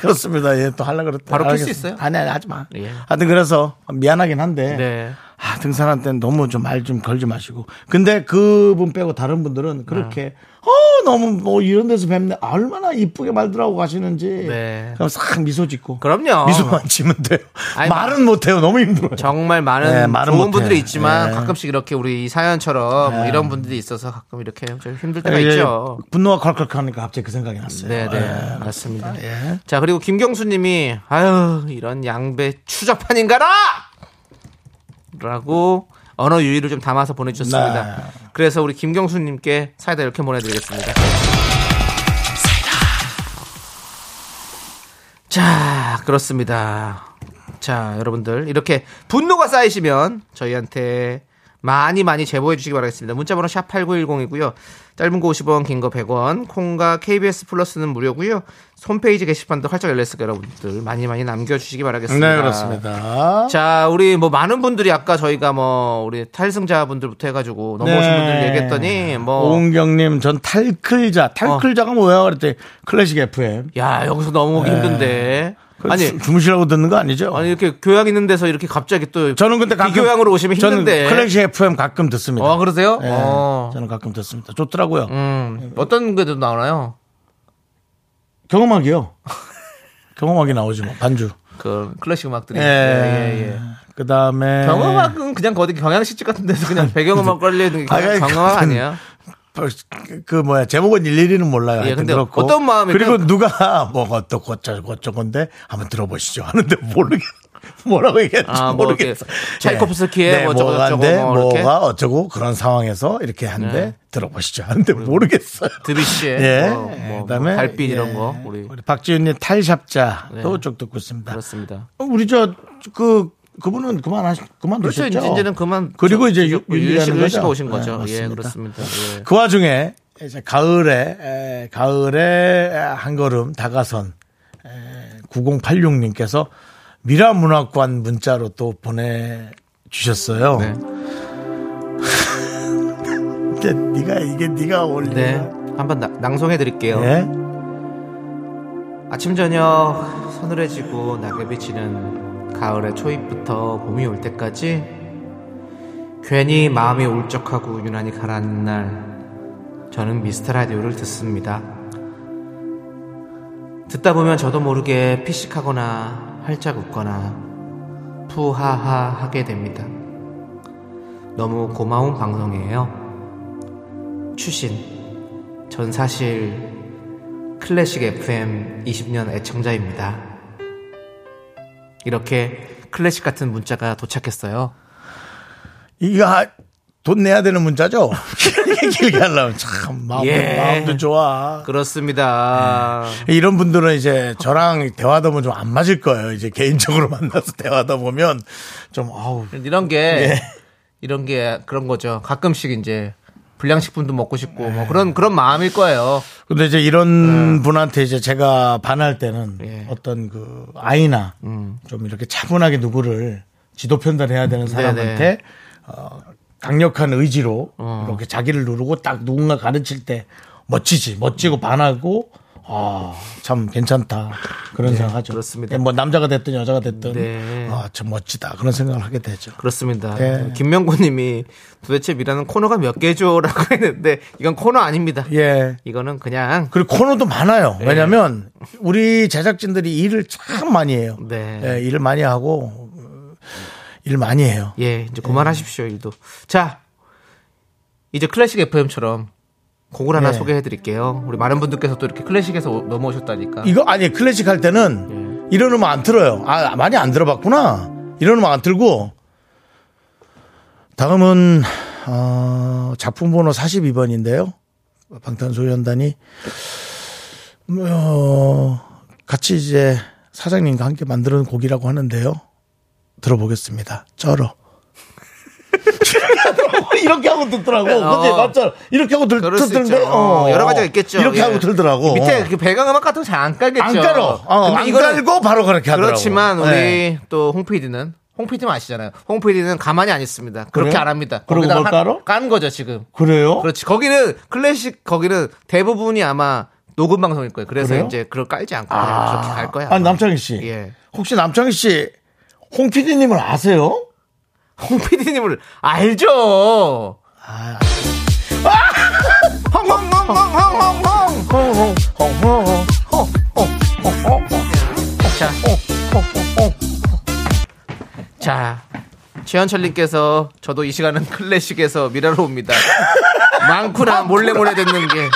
그렇습니다 예 또 하려 그랬다
바로 켤수
알겠습니다.
있어요?
아니 아니 하지 마
예.
하여튼 그래서 미안하긴 한데
네.
아, 등산할 땐 너무 좀 말 좀 걸지 마시고. 근데 그분 빼고 다른 분들은
네.
그렇게 어 너무 뭐 이런 데서 뵙네 아, 얼마나 이쁘게 말들하고 가시는지.
네.
그럼 싹 미소 짓고.
그럼요. 어.
미소만 지면 돼요.
아니,
말은 못 해요. 너무 힘들어요.
정말 많은
네, 말은
좋은
못해.
분들이 있지만
네.
가끔씩 이렇게 우리 이 사연처럼 뭐 이런 분들이 있어서 가끔 이렇게 좀 힘들 때가
이제
있죠.
예, 분노가 컬컬하니까 갑자기 그 생각이 났어요.
네, 네,
예.
맞습니다.
예.
자 그리고 김경수님이 아유 이런 양배 추적판인가라! 라고 언어 유희를 좀 담아서 보내주셨습니다.
네.
그래서 우리 김경수님께 사이다 이렇게 보내드리겠습니다. 자 그렇습니다. 자 여러분들 이렇게 분노가 쌓이시면 저희한테 많이 많이 제보해 주시기 바라겠습니다. 문자번호 샵 8910이고요. 짧은 거 50원, 긴 거 100원, 콩과 KBS 플러스는 무료고요. 홈페이지 게시판도 활짝 열렸으니까 여러분들 많이 많이 남겨주시기 바라겠습니다.
네, 그렇습니다.
자, 우리 뭐 많은 분들이 아까 저희가 뭐 우리 탈승자분들부터 해가지고 넘어오신
네.
분들 얘기했더니 뭐.
오은경님, 전 탈클자. 탈클자가
어.
뭐야? 그랬더니 클래식 FM.
야, 여기서 넘어오기
네.
힘든데.
아니.
아니,
주무시라고 듣는 거 아니죠?
아니 이렇게 교양 있는 데서 이렇게 갑자기 또
저는 근데 가끔
비교양으로 오시면 힘든데.
저는 클래식 FM 가끔 듣습니다.
어, 그러세요?
예,
어.
저는 가끔 듣습니다. 좋더라고요.
음, 어떤 게좀 나오나요?
경험하기요. 경험하기 나오지 뭐 반주.
그 클래식 음악들이.
예.
예, 예, 예.
그 다음에
경음악은 그냥 거기 경양식집 같은 데서 그냥 배경음악 걸려 있는 게
아니, 아니,
그냥 경음악
그건-
아니에요?
그 뭐야 제목은 일일이는 몰라요. 하여튼
예, 근데
그렇고.
어떤 마음이
그리고
그-
누가 뭐 어떻고 어쩌고 어쩌건데 한번 들어보시죠 하는데 모르겠. 뭐라고 얘기했는지
아, 뭐 이렇게
모르겠어.
차이코프스키의
네,
뭐 어쩌고
뭐가
저쩌고
한데,
뭐 이렇게. 네.
뭐가 어쩌고 그런 상황에서 이렇게 한데 들어보시죠 하는데 모르겠어요.
드뷔시의
예.
뭐, 뭐,
그다음에
달빛
예.
이런 거 우리
박지윤님 탈샵자
네.
또쭉 듣고 있습니다.
그렇습니다.
어, 우리 저 그 그분은 그만 하시 그만
그렇죠.
두셨죠.
이제- 이제는 그만
그리고 이제
뭐 유-
윤- 윤리라는
윤 씨가
거죠?
오신 거죠.
네,
예,
맞습니다.
그렇습니다. 예.
그 와중에 이제 가을에 에, 가을에 한 걸음 다가선 에, 9086님께서 미라 문학관 문자로 또 보내 주셨어요.
네.
근데 네가 이게 네가 올린
네.
네.
한번 나- 낭송해 드릴게요.
예?
아침 저녁 서늘해지고 낙엽이 지는 가을의 초입부터 봄이 올 때까지 괜히 마음이 울적하고 유난히 가라앉는 날 저는 미스터 라디오를 듣습니다. 듣다 보면 저도 모르게 피식하거나 활짝 웃거나 푸하하 하게 됩니다. 너무 고마운 방송이에요. 추신. 전 사실 클래식 FM 20년 애청자입니다. 이렇게 클래식 같은 문자가 도착했어요.
이거 하- 돈 내야 되는 문자죠? 이게 길게 하려면 참 마음도,
예.
마음도 좋아.
그렇습니다.
이런 분들은 이제 저랑 대화하다 보면 좀 안 맞을 거예요. 이제 개인적으로 만나서 대화하다 보면 좀 아우
네. 이런 게 이런 게 그런 거죠. 가끔씩 이제 불량식품도 먹고 싶고 뭐 그런 그런 마음일 거예요.
근데 이제 이런 분한테 이제 제가 반할 때는
음. 예. 음.
어떤 그 아이나 좀 이렇게 차분하게 누구를 지도 편달해야 되는 사람한테 어, 강력한 의지로
어.
이렇게 자기를 누르고 딱 누군가 가르칠 때 멋지지 멋지고 반하고 아참 괜찮다 그런 생각하죠.
네, 그렇습니다.
예, 뭐 남자가 됐든 여자가 됐든
네.
아참 멋지다 그런 생각을 하게 되죠.
그렇습니다.
예.
김명구님이 도대체 미라는 코너가 몇 개죠라고 했는데 이건 코너 아닙니다.
예.
이거는 그냥 네.
그리고 코너도 많아요. 왜냐면 우리 제작진들이 일을 참 많이 해요.
네.
예, 일을 많이 하고 어, 일 많이 해요.
예, 이제 그만하십시오, 일도. 자, 이제 클래식 FM처럼 곡을 하나
예.
소개해 드릴게요. 우리 많은 분들께서 또 이렇게 클래식에서 오- 넘어오셨다니까. 예.
이거 아니 클래식 할 때는 이런 음악 안 틀어요. 아 많이 안 들어봤구나. 이런 음악 안 틀고 다음은 어, 작품 번호 42번인데요. 방탄소년단이 음, 어, 같이 이제 사장님과 함께 만드는 곡이라고 하는데요. 들어보겠습니다. 쩔어. 이렇게 하고 듣더라고.
어.
그치? 맞죠? 이렇게 하고 들,
그럴 수
듣던데.
있죠. 어, 여러 가지가 있겠죠.
이렇게
예.
하고 들더라고.
밑에
어.
그 배경 음악 같은 거 잘 안 깔겠죠.
안 깔어. 어,
근데
안
이거는
깔고 바로 그렇게 하더라고.
그렇지만 우리
네.
또 홍PD는 홍PD는 아시잖아요. 홍PD는 가만히 안 있습니다. 그렇게
그래요?
안 합니다.
그러고
거기다가
뭘
한-
깔어?
깐 거죠 지금.
그래요?
그렇지. 거기는 클래식 거기는 대부분이 아마 녹음 방송일 거예요. 그래서
그래요?
이제 그걸 깔지 않고 그냥 그렇게 갈 거야.
아,
아마.
남창희 씨.
예.
혹시 남창희 씨, 홍 PD님을 아세요?
홍 PD님을 알죠. 홍홍홍홍홍홍홍. 자, 자, 최현철님께서 저도 이 시간은 클래식에서 미라로 옵니다. 많구나 몰래 몰래 듣는 게.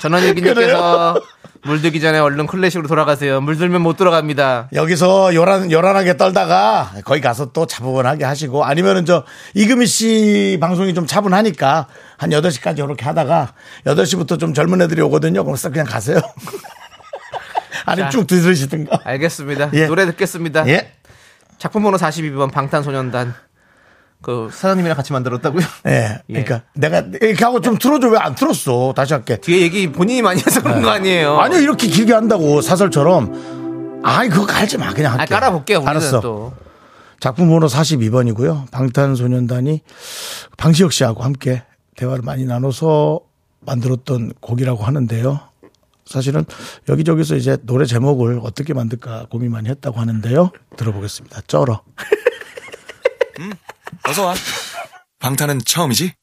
전원일기님께서 물들기 전에 얼른 클래식으로 돌아가세요. 물들면 못 돌아갑니다.
여기서 요란, 요란하게 떨다가 거기 가서 또 차분하게 하시고 아니면은 저 이금희 씨 방송이 좀 차분하니까 한 8시까지 이렇게 하다가 8시부터 좀 젊은 애들이 오거든요. 그럼 싹 그냥 가세요. 아니면
자.
쭉 들으시든가.
알겠습니다.
예.
노래 듣겠습니다.
예.
작품 번호 42번 방탄소년단. 그 사장님이랑 같이 만들었다고요?
예. 그러니까 내가 이렇게 하고 좀 틀어줘. 왜 안 틀었어? 다시 할게.
뒤에 얘기 본인이 많이 해서 그런 거 아니에요?
네. 아니요 이렇게 길게 한다고 사설처럼 아이 그거 깔지 마 그냥 할게
아, 깔아볼게요. 우리는
알았어
또.
작품 번호 42번이고요 방탄소년단이 방시혁 씨하고 함께 대화를 많이 나눠서 만들었던 곡이라고 하는데요 사실은 여기저기서 이제 노래 제목을 어떻게 만들까 고민 많이 했다고 하는데요 들어보겠습니다 쩔어
어서와. 방탄은 처음이지?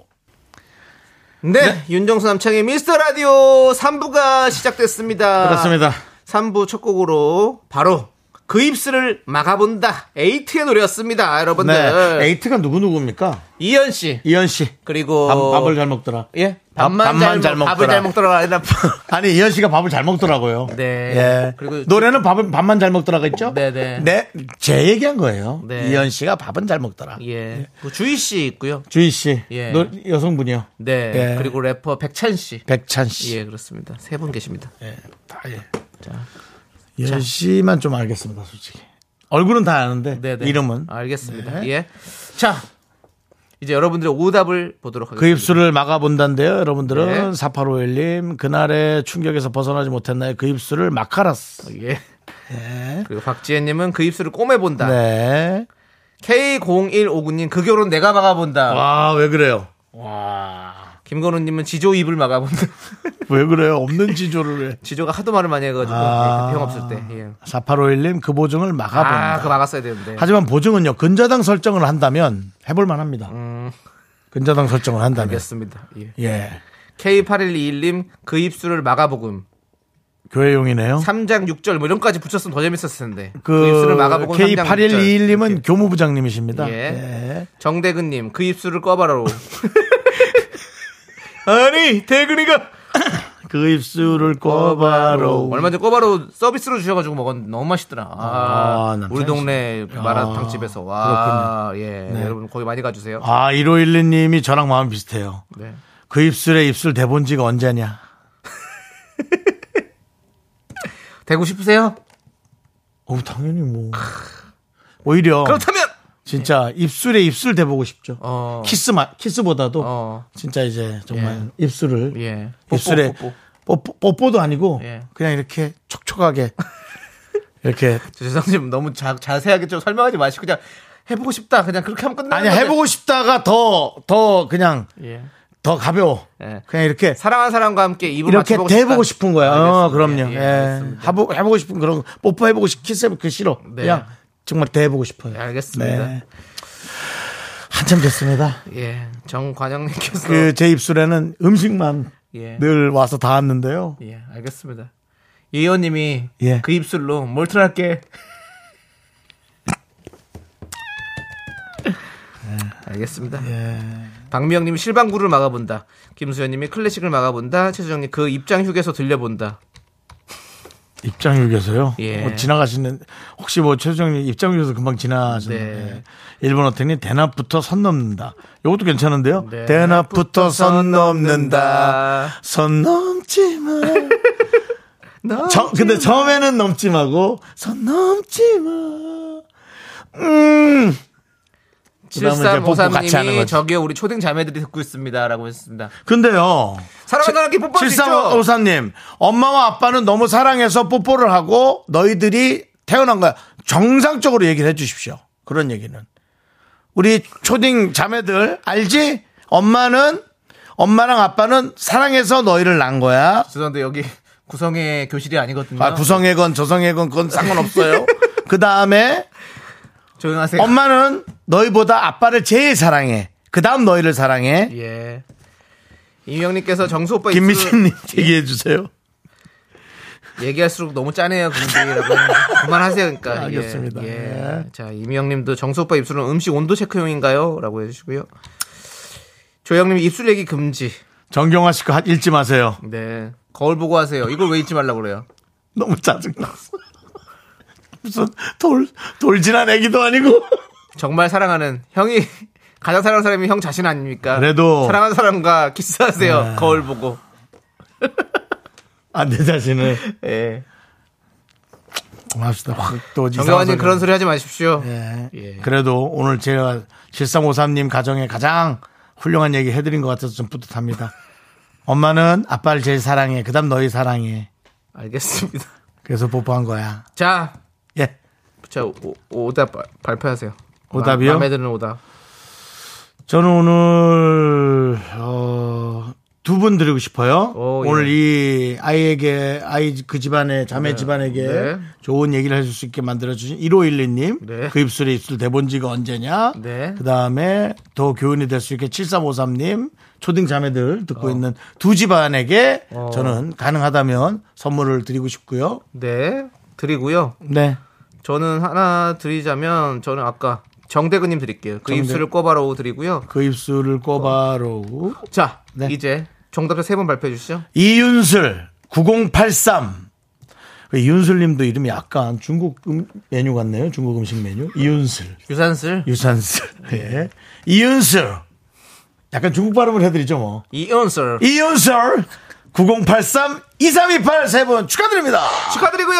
네, 윤정수 남창의 미스터 라디오 3부가 시작됐습니다.
그렇습니다.
3부 첫 곡으로 바로 그 입술을 막아본다. 에이트의 노래였습니다, 여러분들.
네. 에이트가 누구 누구입니까?
이현 씨
이현 씨.
그리고
밥, 밥을 잘 먹더라.
예
밥-
밥만,
밥만
잘,
잘
먹 밥을
먹더라.
잘 먹더라가 아니라
아니 이현 씨가 밥을 잘 먹더라고요.
네.
예.
그리고-
노래는 밥은 밥만 잘 먹더라고 했죠?
네네.
네. 제 얘기한 거예요.
네.
이현 씨가 밥은 잘 먹더라.
예 그 주희 씨 있고요.
주희 씨.
예.
노- 여성분이요.
네
예.
그리고 래퍼 백찬 씨.
백찬 씨.
예 그렇습니다. 세 분 계십니다.
예. 다 예. 이현 씨만 좀 알겠습니다, 솔직히. 얼굴은 다 아는데
네네
이름은
알겠습니다.
네.
예자 이제 여러분들의 오답을 보도록
그
하겠습니다.
입술을 막아본다는데요. 여러분들은
네.
4851님 그날의 충격에서 벗어나지 못했나요? 그 입술을 막아라스.
예. 그리고 박지혜님은 그 입술을 꼬매본다.
네.
K0159님 그 결혼 내가 막아본다.
와, 왜 그래요?
김건우님은 지조 입을 막아본다.
왜 그래요? 없는 지조를 왜.
지조가 하도 말을 많이 해가지고
아.
예, 그평 없을 때. 예.
4851님 그 보증을 막아본다.
아, 그거 막았어야 되는데.
하지만 보증은요. 근저당 설정을 한다면 해볼 만합니다. 근저당 설정을 한다면.
음. 알겠습니다. 예.
예.
K8121님 그 입술을 막아보금.
교회용이네요.
3장 6절 뭐 이런까지 붙였으면 더 재밌었을 텐데. 그, 입술을
그
막아보금
K8121님은 교무부장님이십니다.
예.
예.
정대근님 그 입술을 꺼봐라로. 아니 대근이가
그 입술을 꿔바로.
얼마 전에 꼬바로 서비스로 주셔가지고 먹었는데 너무 맛있더라. 아,
아, 남편이시- 네.
우리 동네 그 마라탕집에서 와, 예, 여러분 거기 많이 가주세요.
아, 1512님이 저랑 마음 비슷해요.
네.
그 입술에 입술 대본지가 언제냐?
되고 싶으세요?
어, 당연히 뭐. 오히려
그렇다면
어. 진짜 입술에 입술 대보고 싶죠.
예. 어.
키스 마, 키스보다도
어.
진짜 이제 정말 입술을
예,
입술에
뽀뽀, 뽀뽀.
뽀뽀, 뽀뽀도 아니고
예.
그냥 이렇게 촉촉하게 이렇게
저 죄송합니다. 너무 자, 자세하게 좀 설명하지 마시고 그냥 해보고 싶다. 그냥 그렇게 하면 끝나는
아니
건데.
해보고 싶다가 더 더 그냥
예.
더 가벼워.
예.
그냥 이렇게
사랑하는 사람과 함께 입을
이렇게
맞춰보고
대보고
싶다.
싶은 거야. 어,
알겠습니다.
그럼요.
예,
예,
예, 알겠습니다.
해보, 해보고 싶은 그런 거. 뽀뽀해보고 싶, 키스해보고 그 싫어.
네.
그냥 정말 대보고 싶어요.
예, 알겠습니다.
네. 한참 됐습니다.
예, 정관영님께서
그 제 입술에는 음식만
예.
늘 와서 닿았는데요.
예, 알겠습니다. 예원님이
예.
그 입술로 몰트할게.
예.
알겠습니다. 박미영님이 실방구를 막아본다. 김수현님이 클래식을 막아본다. 최수정님 그 입장 휴게소 들려본다.
입장육에서요.
예.
뭐 지나가시는 혹시 뭐 최수정님 입장육에서 금방 지나셨는데
네.
일본 어택님 대낮부터 선 넘는다. 요것도 괜찮은데요.
네.
대낮부터 선 넘는다. 선 넘지 마. 저, 근데 처음에는 넘지 마고 선 넘지 마. 음. 그다음에 이제 뽀뽀 같이 하는
7353님이
거지.
저기요 우리 초등 자매들이 듣고 있습니다라고 했습니다.
근데요.
사랑하는 사람께 뽀뽀할 수
어,
있죠.
7354님, 엄마와 아빠는 너무 사랑해서 뽀뽀를 하고 너희들이 태어난 거야. 정상적으로 얘기를 해 주십시오. 그런 얘기는. 우리 초딩 자매들, 알지? 엄마는, 엄마랑 아빠는 사랑해서 너희를 낳은 거야.
죄송한데 여기 구성의 교실이 아니거든요.
아, 구성애건 저성애건 그건 상관없어요. 그 다음에
조용하세요.
엄마는 너희보다 아빠를 제일 사랑해. 그 다음 너희를 사랑해.
예. 이명님께서 정수 오빠 입술
김미진님 얘기해 주세요.
얘기할수록 너무 짜네요, 근데라고 그만하세요, 그러니까. 예,
네, 알겠습니다.
예.
예.
자, 이미영님도 정수 오빠 입술은 음식 온도 체크용인가요?라고 해주시고요. 조영님 입술 얘기 금지.
정경화 씨거 읽지 마세요.
네. 거울 보고 하세요. 이걸 왜 잊지 말라고 그래요?
너무 짜증났어. 무슨 돌, 돌진한 애기도 아니고.
정말 사랑하는 형이 가장 사랑하는 사람이 형 자신 아닙니까?
그래도- 네.
사랑하는 사람과 키스하세요. 거울 보고.
아, 내 자신을.
예.
고맙습니다. 확또
그, 정경환님 그런 소리 하지 마십시오.
예.
예.
그래도 오늘 제가 7353님 가정에 가장 훌륭한 얘기 해드린 것 같아서 좀 뿌듯합니다. 엄마는 아빠를 제일 사랑해. 그 다음 너희 사랑해.
알겠습니다.
그래서 뽀뽀한 거야.
자,
예.
자 오, 오, 답 발- 발표하세요.
오답이요?
마, 음에 드는 오답.
저는 오늘, 어, 두 분 드리고 싶어요.
오, 예.
오늘 이 아이에게, 아이 그 집안의, 자매 집안에게
네.
좋은 얘기를 해줄 수 있게 만들어주신 1512님.
네.
그 입술에 입술 대본지가 언제냐.
네.
그 다음에 더 교훈이 될 수 있게 7353님. 초등 자매들 듣고 있는 두 집안에게
어.
저는 가능하다면 선물을 드리고 싶고요.
네. 드리고요.
네.
저는 하나 드리자면 저는 아까 정대근님 드릴게요. 그
정대-
입술을 꿔바로 드리고요.
그 입술을 꿔바로우.
자,
네.
이제 정답자 세 번 발표해 주시죠.
이윤슬 9083 이윤슬님도 이름이 약간 중국 음- 메뉴 같네요. 중국 음식 메뉴 이윤슬
유산슬
유산슬 예 이윤슬 약간 중국 발음을 해드리죠 뭐
이은슬
이윤슬 9083 2328 세 분 축하드립니다.
축하드리고요.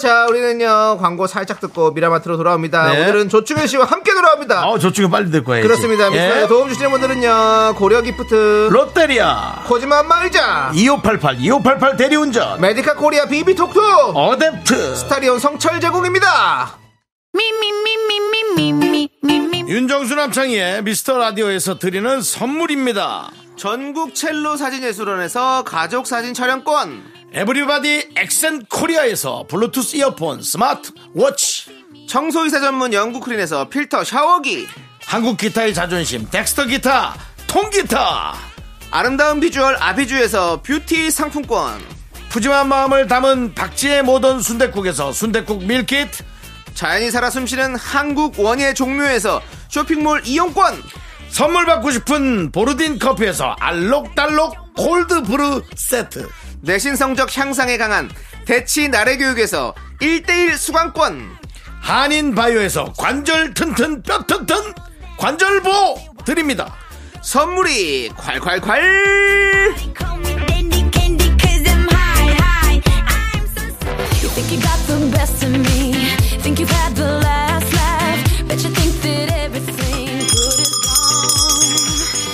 자, 우리는요 광고 살짝 듣고 미라마트로 돌아옵니다.
네.
오늘은 조충현 씨와 함께 돌아옵니다.
아우 어, 저쪽에 빨리 될 거예요.
그렇습니다. 미스터에
예.
도움 주시는 분들은요 고려 기프트,
롯데리아
코지마 말자,
2588 2588 대리운전
메디카 코리아 비비톡톡,
어댑트
스타리온 성철 제공입니다.
윤정수 남창희의 미스터 라디오에서 드리는 선물입니다.
전국 첼로 사진예술원에서 가족 사진 촬영권,
에브리바디 엑센 코리아에서 블루투스 이어폰 스마트 워치
청소이사 전문 영국 크린에서 필터 샤워기,
한국 기타의 자존심 덱스터 기타 통기타
아름다운 비주얼 아비주에서 뷰티 상품권,
푸짐한 마음을 담은 박지의 모던 순댓국에서순댓국 밀키트
자연이 살아 숨쉬는 한국 원예 종묘에서 쇼핑몰 이용권.
선물 받고 싶은 보르딘 커피에서 알록달록 골드브루 세트
내신 성적 향상에 강한 대치 나래 교육에서 1대1 수강권
한인 바이오에서 관절 튼튼 뼈 튼튼 관절보 드립니다
선물이 콸콸콸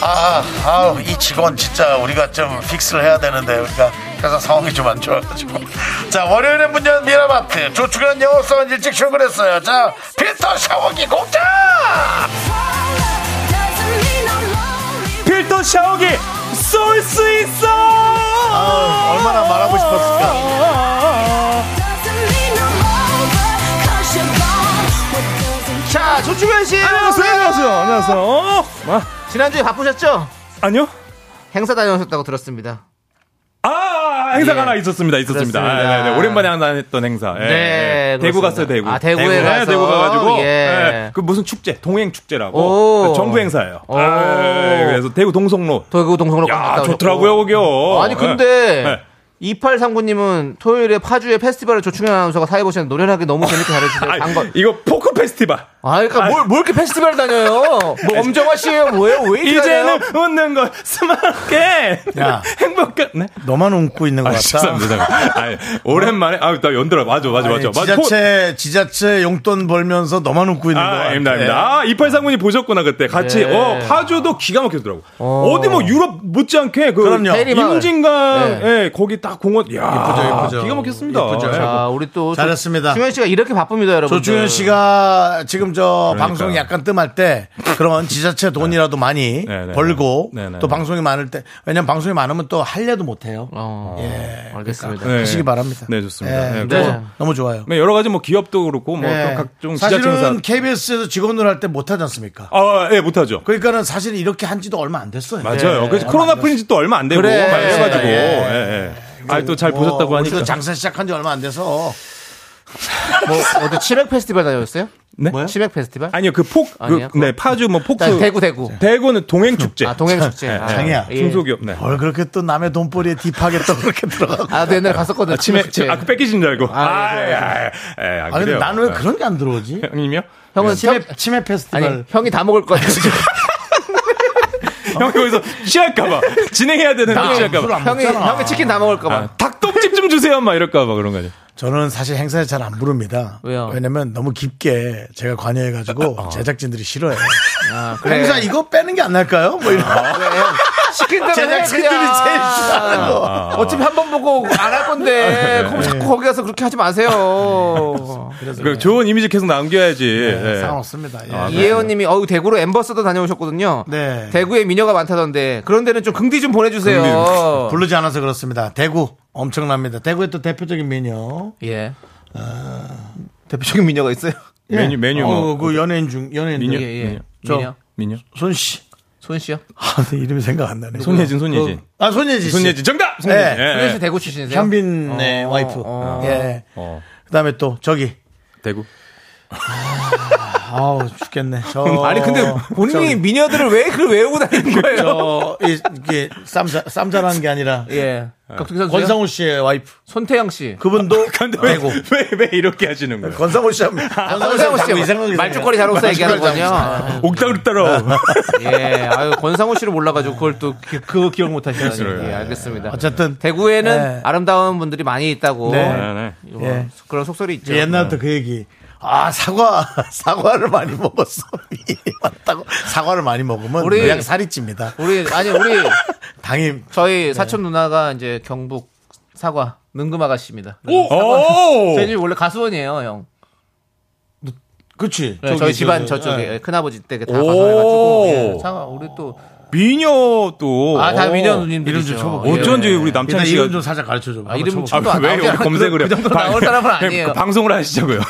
아, 아우, 이 직원 진짜 우리가 좀 픽스를 해야 되는데 우리가 회사 상황이 좀 안 좋아가지고 자 월요일에 문연 미라마트 조축은 영업사원 일찍 출근했어요 자 필터 샤워기 공짜
필터 샤워기 쏠 수 있어
얼마나 말하고 싶었을까
자 조충현 씨
안녕하세요 안녕하세요 안녕하세요 어?
지난주에 바쁘셨죠?
아니요
행사 다녀오셨다고 들었습니다
아 행사가
예.
하나 있었습니다 있었습니다 아,
그렇습니다.
네, 네. 오랜만에 하나 했던 행사 예,
네,
예. 대구
그렇습니다.
갔어요 대구
아, 대구에
네,
가서.
대구 가가지고
예.
예, 그 무슨 축제 동행
오.
축제라고 정부 행사예요
오.
아, 예, 그래서 대구 동성로
도구 동성로
야 좋더라고요 거기요
아니 근데
예, 예.
2839님은 토요일에 파주의 페스티벌에 조충현 아나운서가 사회보시는 노래하기 너무 재밌게 잘해주세요
아,
방금
이거 포크 페스티벌
아 그러니까 뭘, 뭘 이렇게 페스티벌 다녀요 뭐 엄정화 씨예요 뭐예요 왜 이렇게 다녀요?
이제는 웃는 걸 스마트게
야.
행복한 네.
너만 웃고 있는 것
아, 죄송합니다. 아, 오랜만에 아, 나 연들어 맞아, 맞아, 맞아. 맞아.
지자체 용돈 벌면서 너만 웃고 있는
아, 아닙니다, 아닙니다. 아, 2839님 보셨구나, 그때. 같이,
네.
어, 파주도 기가 막히더라고. 어. 디뭐 유럽 못지않게, 그,
그럼요.
페리마을.
임진강,
네.
예, 거기 딱 공원, 이야.
예쁘죠, 예쁘죠.
기가 막혔습니다.
예쁘죠.
예.
자, 우리 또
잘했습니다.
충현 씨가 이렇게 바쁩니다, 여러분.
조충현 씨가 지금 저
그러니까요.
방송이 약간 뜸할 때 그런 지자체 돈이라도 많이
네, 네,
벌고
네, 네,
또
네.
방송이 많을 때 왜냐면 방송이 많으면 또 할래도 못해요.
어, 알겠습니다.
네.
하시기 바랍니다.
네, 좋습니다.
예,
네,
너무-
네.
너무 좋아요.
네, 여러 가지 뭐 기업도 그렇고, 뭐,
예.
또 각종 지자체 행사.
사실은 KBS에서 직원으로 할 때 못하지 않습니까?
아, 예, 못하죠.
그러니까는 사실 이렇게 한 지도 얼마 안 됐어요.
맞아요.
네.
예.
그래서 코로나 풀린 지또 얼마 안 되고, 막
그래.
이래가지고,
예.
예, 예. 아, 또 잘
뭐,
보셨다고
우리도
하니까.
장사 시작한 지 얼마 안 돼서
뭐 어제 치맥 페스티벌 다녀오셨어요?
네?
뭐요? 치맥 페스티벌?
아니요 그 폭,
아니요,
그,
그거.
네 파주 뭐 폭주,
자, 대구 대구.
대구는 동행 축제.
아 동행 축제. 아,
네.
장이야.
예.
중소기업. 네.
뭘 그렇게 또 남의 돈벌이에 딥하게 또 그렇게 들어가고.
아, 도 옛날에 갔었거든요.
치매,
치맥
치매-
축제.
아, 그 뺏기신 줄 알고.
아, 네, 그래요.
아, 예, 예, 예, 안
아, 근데
그래요.
나는 왜
네.
그런 게 안 들어오지?
형님이요?
형은
치매,
형,
치매 페스티벌.
아니 형이 다 먹을 거 같아요.
형 여기서 취할까봐 진행해야 되는데 취할까봐.
안
형이
먹잖아.
형이 치킨 다 먹을까봐.
아, 닭똥집 좀 주세요, 막 이럴까봐 그런 거죠.
저는 사실 행사에 잘 안 부릅니다.
왜요? 어.
왜냐면 너무 깊게 제가 관여해가지고 제작진들이 싫어해요.
아, 그래. 아,
행사 이거 빼는 게 안 날까요? 뭐 이런.
시킨 대로 해,
제작진들이
그냥. 아,
제일 싫어하는 거.
어차피 한 번 보고 안 할 건데 그럼 자꾸 거기 가서 그렇게 하지 마세요.
그 좋은 이미지 계속 남겨야지.
네.
예.
상관없습니다.
아,
예.
이혜원님이 어우 대구로 엠버서더 다녀오셨거든요.
네.
대구에 미녀가 많다던데 그런 데는 좀 긍디 좀 보내주세요.
부르지 않아서 그렇습니다. 대구 엄청납니다. 대구의 또 대표적인 미녀.
예. 대표적인 미녀가 있어요.
메뉴 메뉴 뭐.
어, 그 연예인 중 연예인
미녀?
예,
중
예.
저-
미녀.
미녀.
손씨.
손 씨요.
아, 근데 이름이 생각 안 나네.
손예진, 손예진.
아 손예진. 씨.
손예진 정답. 손예진.
네.
예,
손 씨
예.
대구 출신이세요?
현빈의
어,
와이프.
어.
예.
어,
그다음에 또 저기.
대구.
아우 죽겠네. 저
아니 근데 본인이 미녀들을 왜 그걸 외우고 다니는 거예요?
저 이- 이게 쌈자 쌈자라는 게 아니라
예. 격투기 선수.
권상우 씨의 와이프.
손태양 씨.
그분도
대구.
대구.
왜, 왜 이렇게 하시는 거예요?
권상우 씨 하면
아, 권상우 씨
자꾸 이상하게 생각해.
말죽거리 잘 없어 얘기하는
네. 말죽거리 잘 없어.
거냐?
옥타르 따라.
예, 아유 권상우 씨를 몰라가지고 그걸 또 기, 그거 기억 못하시다니. 예, 알겠습니다.
어쨌든
대구에는
네.
아름다운 분들이 많이 있다고
네.
네, 네.
뭐
예.
그런 속설이 있죠.
옛날부터 그 얘기. 아 사과 사과를 많이 먹었어. 맞다고 사과를 많이 먹으면
우리-
그냥 살이 찝니다.
우리 아니 우리
당이
저희 사촌 누나가 이제 경북 사과 능금 아가씨입니다.
네.
오!
저희 집 원래 가수원이에요, 형.
그치.
네,
저기, 그,
저희
저기,
집안
저기.
저쪽에 예, 큰아버지 댁에 다
오.
가수원해가지고 예, 사과 우리 또
미녀 또.
아, 다 예.
오.
민현 누님
이름 좀 쳐보고.
어쩐지
뭐
우리
일단
남창
이름
씨가
좀 살짝 가르쳐 줘.
아, 이름
아,
좀- 또안
왜
나오지
우리
않아?
검색을 해요?
그 정도로 나올 사람은 아니에요.
방송을 하시자고요.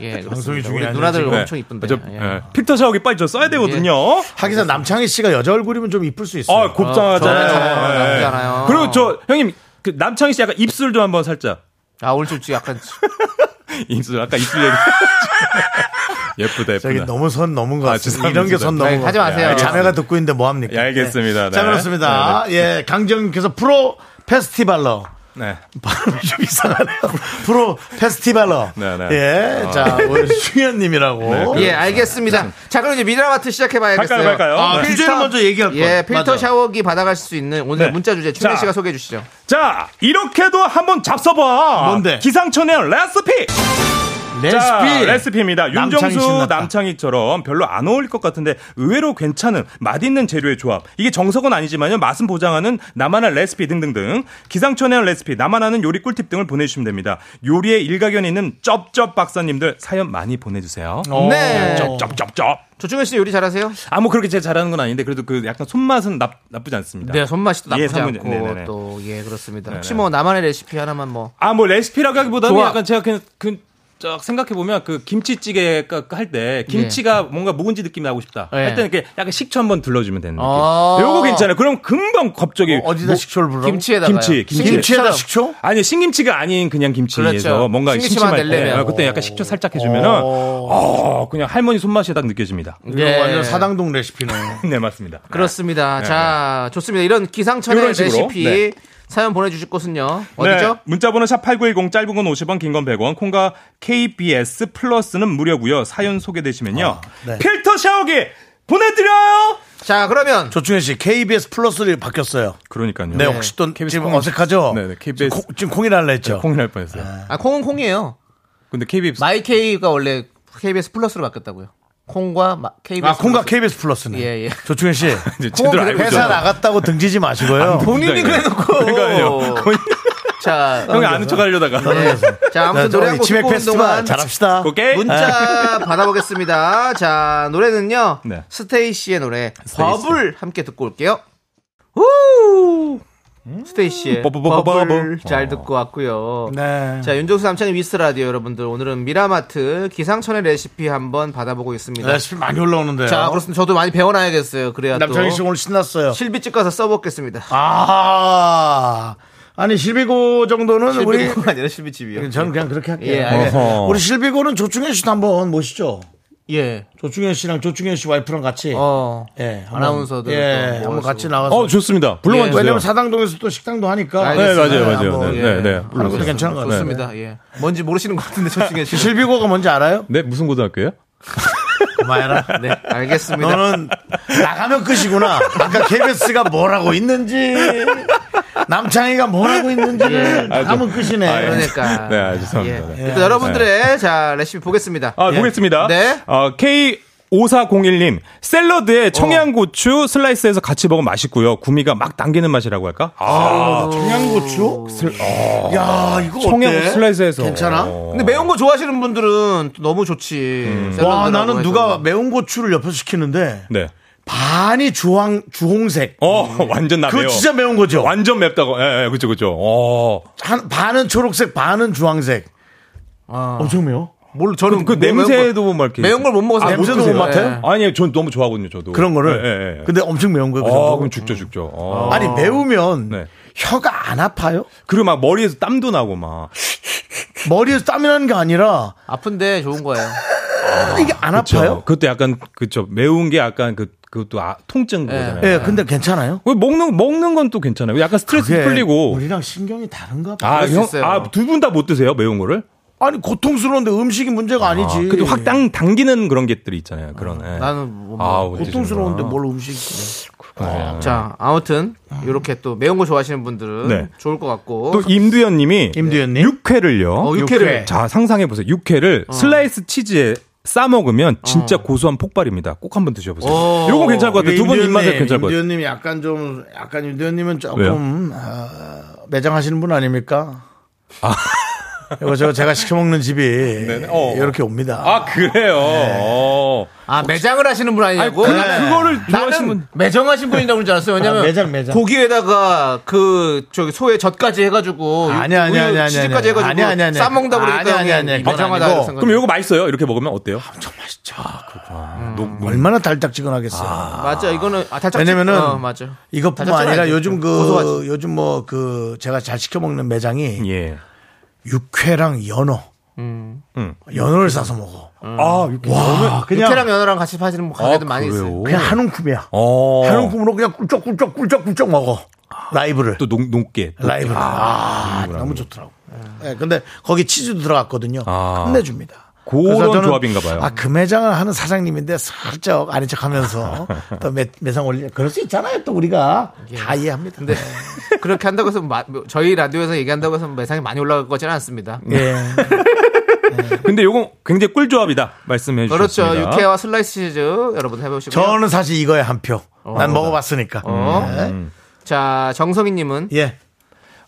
예,
방송이
그렇습니다.
중요하네요,
우리 누나들
지금.
엄청 이쁜데.
저,
예.
예. 필터 샤워기 빨리 저 써야 되거든요.
하기사 남창희 씨가 여자 얼굴이면 좀 이쁠 수 있어요.
아, 곱상하잖아요.
어, 저는
예.
남자잖아요.
그리고 저, 형님, 그 남창희 씨 약간 입술 좀 한번 살짝.
아 오늘 좀 약간
입술, 아까 입술 얘기. 예쁘다, 예쁘다.
저기 너무 선 넘은 것
네. 아,
같습니다.
죄송합니다.
이런 게 선 넘은
네,
것
하지
같아요.
마세요.
자매가 듣고 있는데 뭐 합니까?
예, 알겠습니다.
네. 자,
네.
그렇습니다. 예, 강정님께서 프로 페스티벌러.
네.
발음이 좀 이상하네요. 프로 페스티벌러.
네, 네.
예, 자, 우리 수현님이라고.
예, 알겠습니다. 자, 그럼 이제 미라마트 시작해봐야겠어요.
갈까요, 갈까요?
아,
네.
주제를 먼저 얘기할 거.
예, 필터
맞아.
샤워기 받아갈 수 있는 오늘
네.
문자 주제
자.
최민 씨가 소개해 주시죠.
자, 이렇게도 한번 잡숴봐.
뭔데?
기상천외 레시피! 자,
레시피.
레시피입니다.
남창이
윤정수
신났다.
남창희처럼 별로 안 어울릴 것 같은데 의외로 괜찮은 맛있는 재료의 조합. 이게 정석은 아니지만요. 맛은 보장하는 나만의 레시피 등등등. 기상천외한 레시피, 나만 아는 요리 꿀팁 등을 보내주시면 됩니다. 요리에 일가견이 있는 쩝쩝 박사님들 사연 많이 보내주세요.
네.
쩝쩝쩝쩝.
조충현 씨 요리 잘하세요?
어, 아, 뭐 그렇게 제가 잘하는 건 아닌데 그래도 그 약간 손맛은 나, 나쁘지 않습니다.
네, 손맛이 또
예,
나쁘지
삼분-
않고
네네네.
또 예 그렇습니다. 혹시
네네.
뭐 나만의 레시피 하나만 뭐
아, 뭐 레시피라고 하기보다는
좋아.
약간 제가 그냥 그, 쫙 생각해보면 그 김치찌개가 할 때 김치가 뭔가 묵은지 느낌이 나고 싶다
예.
할 때는 이렇게 약간 식초 한번 둘러주면 되는 느낌
아.
요거 괜찮아요 그럼 금방 갑자기
어디다 식초를 불어?
뭐 김치에다가
김치, 김치.
김치에다 식초?
아니 신김치가 아닌 그냥 김치에서
그렇죠.
뭔가
신김치만
심심할 때
낼려면.
어, 그때 약간 식초 살짝 해주면은 어, 그냥 할머니 손맛이 딱 느껴집니다
예.
이거 완전 사당동 레시피네요.
네 맞습니다
음. 네. 그렇습니다. 자, 좋습니다. 이런 기상천외
이런 식으로.
레시피
네.
사연 보내주실 곳은요 어디죠?
네, 문자번호 샵8910 짧은 건 50원 긴 건 100원 콩과 KBS 플러스는 무료고요 사연 소개되시면요
아,
네.
필터 샤워기 보내드려요
자, 그러면
조충현 씨, KBS 플러스를 바뀌었어요.
그러니까요
네, 혹시 또
KBS
지금
콩-
어색하죠?
네, 네, KBS
지금, 콩, 지금 콩이라 할라 했죠?
콩이 날 뻔했어요
아, 콩은 콩이에요.
근데 KBS
마이케이가 원래 KBS 플러스로 바뀌었다고요. 콩과 마, KBS.
아, 콩과
플러스.
KBS 플러스네.
예, 예.
조충현 씨,
이제 제대로
콩은
알고
그래도
회사
있잖아.
나갔다고 등지지 마시고요.
본인이 그래놓고.
그러니까요.
자,
형이 아는 척 하려다가 네.
자 아무튼 노래 한곡
네. 치맥
듣고 온
페스티벌
동안
잘합시다. 네.
오케이 아,
문자 받아보겠습니다. 자 노래는요.
네.
스테이씨의 노래 버블 함께 듣고 올게요. 우
음,
스테이씨의
버블, 버블.
버블 잘 듣고 왔고요.
어. 네.
자 윤종수 남창의 위스 라디오 여러분들 오늘은 미라마트 기상천의 레시피 한번 받아보고 있습니다.
레시피 많이 올라오는데요.
자 그렇습니다. 저도 많이 배워놔야겠어요. 그래야 또
남창희 씨 오늘 신났어요.
실비집 가서 써먹겠습니다.
아, 아니 실비고 정도는 우리
실비고가 아니라 실비집이요.
저는 그냥 그렇게
예,
할게요.
알겠습니다.
어허. 우리 실비고는 조충현 씨도 한번 모시죠.
예.
조충현 씨랑 조충현 씨 와이프랑 같이
어.
예, 한번,
아나운서들 또
예, 한번
모아서.
같이 나가서 네.
어, 좋습니다.
예.
네.
불러만 주세요.
왜냐면 사당동에서 또 식당도 하니까 뭐,
네,
알겠습니다.
맞아요, 맞아요.
한번,
네,
예.
네, 네.
그래도
불러주세요.
괜찮은 것 같아요.
좋습니다. 예. 뭔지 모르시는 것 같은데 저중에
그 실비고가 뭔지 알아요?
네, 무슨 고등학교예요?
그만해라.
네, 알겠습니다.
너는 나가면 끝이구나. 아까 KBS가 뭘 하고 있는지 남창희가 뭘 하고 있는지를 나가면 끝이네.
아, 예.
그러니까.
네, 아, 죄송합니다. 네.
일단 여러분들의 자 레시피 보겠습니다.
아, 보겠습니다.
네.
어, K 5401님 샐러드에 청양고추 슬라이스해서 같이 먹으면 맛있고요. 구미가 막 당기는 맛이라고 할까? 아,
청양고추? 야 이거
청양고추
어때?
슬라이스해서
괜찮아?
근데 매운 거 좋아하시는 분들은 또 너무 좋지. 샐러드라고
와 나는
해서.
누가 음. 매운 고추를 옆에서 시키는데
네.
반이 주황 주홍색.
어, 완전 나매요.
그거 진짜 매운 거죠.
완전 맵다고. 예, 예, 그죠, 그죠. 어.
한 반은 초록색, 반은 주황색.
아.
엄청 매워.
뭘 저는
그
뭐 매운
냄새도
거-
막 이렇게.
매운 걸 못 먹어서
아,
못
냄새도 못
드세요.
맡아요?
예.
아니요, 전 너무 좋아하거든요, 저도.
그런 거를.
예, 예, 예.
근데 엄청 매운 거예요. 그
아,
정도.
그럼 죽죠, 죽죠. 어.
아니 매우면
네.
혀가 안 아파요?
그리고 막 머리에서 땀도 나고 막.
머리에서 땀이 나는 게 아니라
아픈데 좋은 거예요.
이게 안 아파요?
그렇죠. 그것도 약간 그쵸 매운 게 약간 그 그것도 아, 통증 거잖아요.
예, 근데 괜찮아요.
왜 먹는 먹는 건 또 괜찮아요. 약간 스트레스
그게
풀리고.
우리랑 신경이 다른가 봐.
아,
그럴 수
형,
있어요.
아, 두 분 다 못 드세요 매운 거를?
아니 고통스러운데 음식이 문제가 아니지.
근데 확 당 당기는 그런 것들이 있잖아요. 그런. 예.
나는 뭐, 뭐.
아우,
네. 고통스러운데
드시는구나.
뭘 음식?
자 아무튼 이렇게 또 매운 거 좋아하시는 분들은
네.
좋을 것 같고
또 임두현님이
임두현님?
육회를요.
어, 육회를.
육회. 어.
자 상상해 보세요. 육회를 슬라이스 치즈에 싸 먹으면 진짜 고소한 폭발입니다. 꼭 한번 드셔보세요.
오.
요거 괜찮을 것 같아요. 두 분 입맛에 괜찮을 것 같아요.
어. 임대현님 약간 좀 약간 임대현님은 조금 아, 매장하시는 분 아닙니까? 이거 저 제가 시켜 먹는 집이
어.
이렇게 옵니다.
아 그래요.
네.
어.
아 매장을 하시는 분
뭐,
아니냐고
그,
네.
그거를 좋아하시는 분.
나는 매정하신 분이라고 그러지 않았어요 왜냐면
아, 매장, 매장.
고기에다가 그 저기 소에 젓까지 해가지고
아니야, 아니야,
우유
아니야, 아니야,
치즈까지
아니야.
해가지고
아니야, 아니야, 아니야.
싸먹는다 그러니까
아니야, 아니야,
그냥
아니야. 그건
매정하다
아니고.
생각
그럼 요거 맛있어요. 이렇게 먹으면 어때요?
아,
엄청
맛있죠.
그렇구나. 녹- 녹-
얼마나 달짝지근하겠어요.
맞아 이거는 아, 달짝지-
왜냐면은
어, 맞아
이것뿐만
다쳤잖아요,
아니라
이제.
요즘 그
고소하지.
요즘 뭐 그 제가 잘 시켜 먹는 매장이
예.
육회랑 연어, 연어를 싸서 먹어.
아, 이렇게.
와 그냥
육회랑 연어랑 같이 파시는 뭐 가게도 많이 있어요
아, 그냥 한 움큼이야.
아, 어.
한 움큼으로 그냥 꿀쩍꿀쩍 꿀쩍꿀쩍 먹어 라이브를
또 녹, 녹게.
라이브. 아, 너무 좋더라고. 예, 근데 거기 치즈도 들어갔거든요.
아.
끝내줍니다.
그런
그래서 저는,
조합인가 봐요.
아, 그 매장을 하는 사장님인데 살짝 아닌 척 하면서 또 매, 매상 올리 그럴 수 있잖아요. 또 우리가 다 이해합니다. 네.
근데 그렇게 한다고 해서 마- 뭐 저희 라디오에서 얘기한다고 해서 매상이 많이 올라갈 거지는 않습니다 네,
예. 그
근데 요건 굉장히 꿀조합이다. 말씀해
그렇죠.
주셨습니다.
육회와 슬라이스 치즈 여러분 해보시고요.
저는 사실 이거에 한 표. 난 먹어봤으니까. 네.
자 정성희님은
예.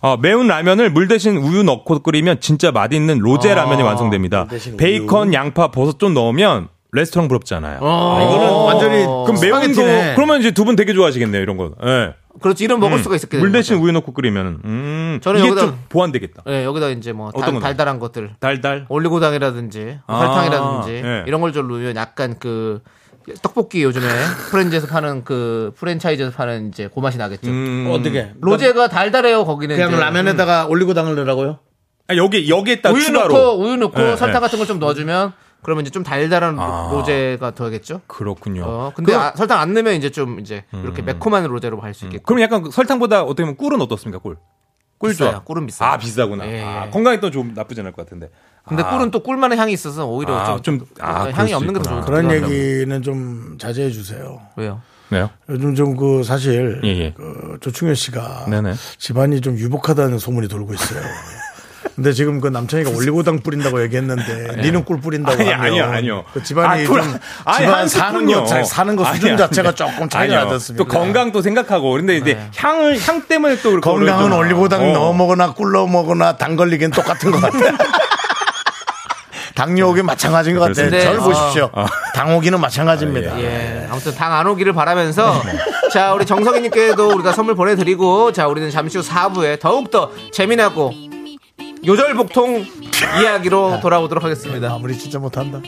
어, 매운 라면을 물 대신 우유 넣고 끓이면 진짜 맛있는 로제 라면이 완성됩니다.
아, 대신
베이컨, 양파, 버섯 좀 넣으면 레스토랑 부럽잖아요.
어,
이거는 완전히
그럼 매운 거
스파게티네.
그러면 이제 두 분 되게 좋아하시겠네요. 이런 거. 예.
그렇지 이런
음.
먹을 수가 있었겠네요.
물 대신 우유 넣고 끓이면 음.
저는
이게
여기다-
좀 보완되겠다.
예 여기다 이제 뭐
어떤
달,
건데?
달달한 것들
달달.
올리고당이라든지 뭐
아,
설탕이라든지
예.
이런 걸 좀 넣으면 약간 그 떡볶이 요즘에 프렌즈에서 파는 그 프랜차이즈에서 파는 이제 그 맛이 나겠죠.
음.
어떻게?
로제가 달달해요 거기는.
음. 그냥
이제.
라면에다가 올리고당을 넣으라고요?
아, 여기 여기에다
우유
추가로.
넣고 우유 넣고
예,
설탕
예.
같은 걸 좀 넣어주면 그러면 이제 좀 달달한 로-
아.
로제가 더겠죠.
그렇군요. 음.
어, 근데 아, 설탕 안 넣으면 이제 좀 이제 이렇게 매콤한 로제로 할 수 있겠고.
그럼 약간 그 설탕보다 어떻게 보면 꿀은 어떻습니까? 꿀. 꿀
비싸요.
좋아.
꿀은 비싸요.
아 비싸구나.
예, 예.
아, 건강에 또 좀 나쁘지 않을 것 같은데.
근데 꿀은 또 꿀만의 향이 있어서 오히려
아,
좀,
좀- 아, 그럴
향이
수
없는 게 더
있구나.
좋은
그런 얘기는 좀 자제해 주세요.
왜요?
네요.
요즘 좀 그 사실
예, 예.
그 조충현 씨가
네네.
집안이 좀 유복하다는 소문이 돌고 있어요. 근데 지금 그 남창이가 올리고당 뿌린다고 얘기했는데 니는 꿀 뿌린다고
예. 아니,
하면
아니요, 아니요.
그 집안이
아,
좀
꿀- 아니,
집안
한
사는
스푼요.
거 자- 사는 거 수준
아니, 아니.
자체가 조금 차이가
아니요.
났습니다.
또 건강도 생각하고 근데 이제 향을 향 때문에 또 그걸
건강은
좀-
올리고당
어.
넣어 먹거나 꿀 넣어 먹거나 당 걸리기엔 똑같은 것 같아요. 당뇨 오기 마찬가지인 것 같아요.
그렇습니다.
절
네.
보십시오. 당 오기는 마찬가지입니다.
예. 아무튼 당 안 오기를 바라면서 자, 우리 정석이님께도 우리가 선물 보내드리고 자, 우리는 잠시 후 4부에 더욱더 재미나고 요절복통 이야기로 돌아오도록 하겠습니다.
마무리 진짜 못한다.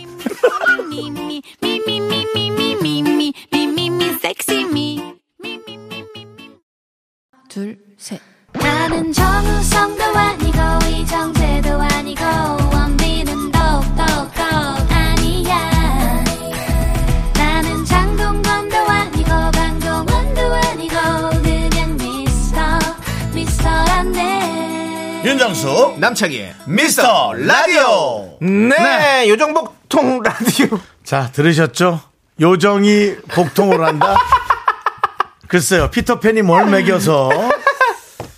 me, me, me, me, me, me, me, me, me, me, me, sexy me. 둘, 셋. 나 나는 정우성도 아니고 이정재도 아니고 원빈은 더욱더 아니야 나는 장동건도 아니고 강동원도 아니고 그냥 미스터 미스터란데
윤정수
남창희의
미스터 라디오
네, 그 요정복통 라디오.
자 들으셨죠? 요정이 복통을 한다. 글쎄요 피터팬이 뭘 먹여서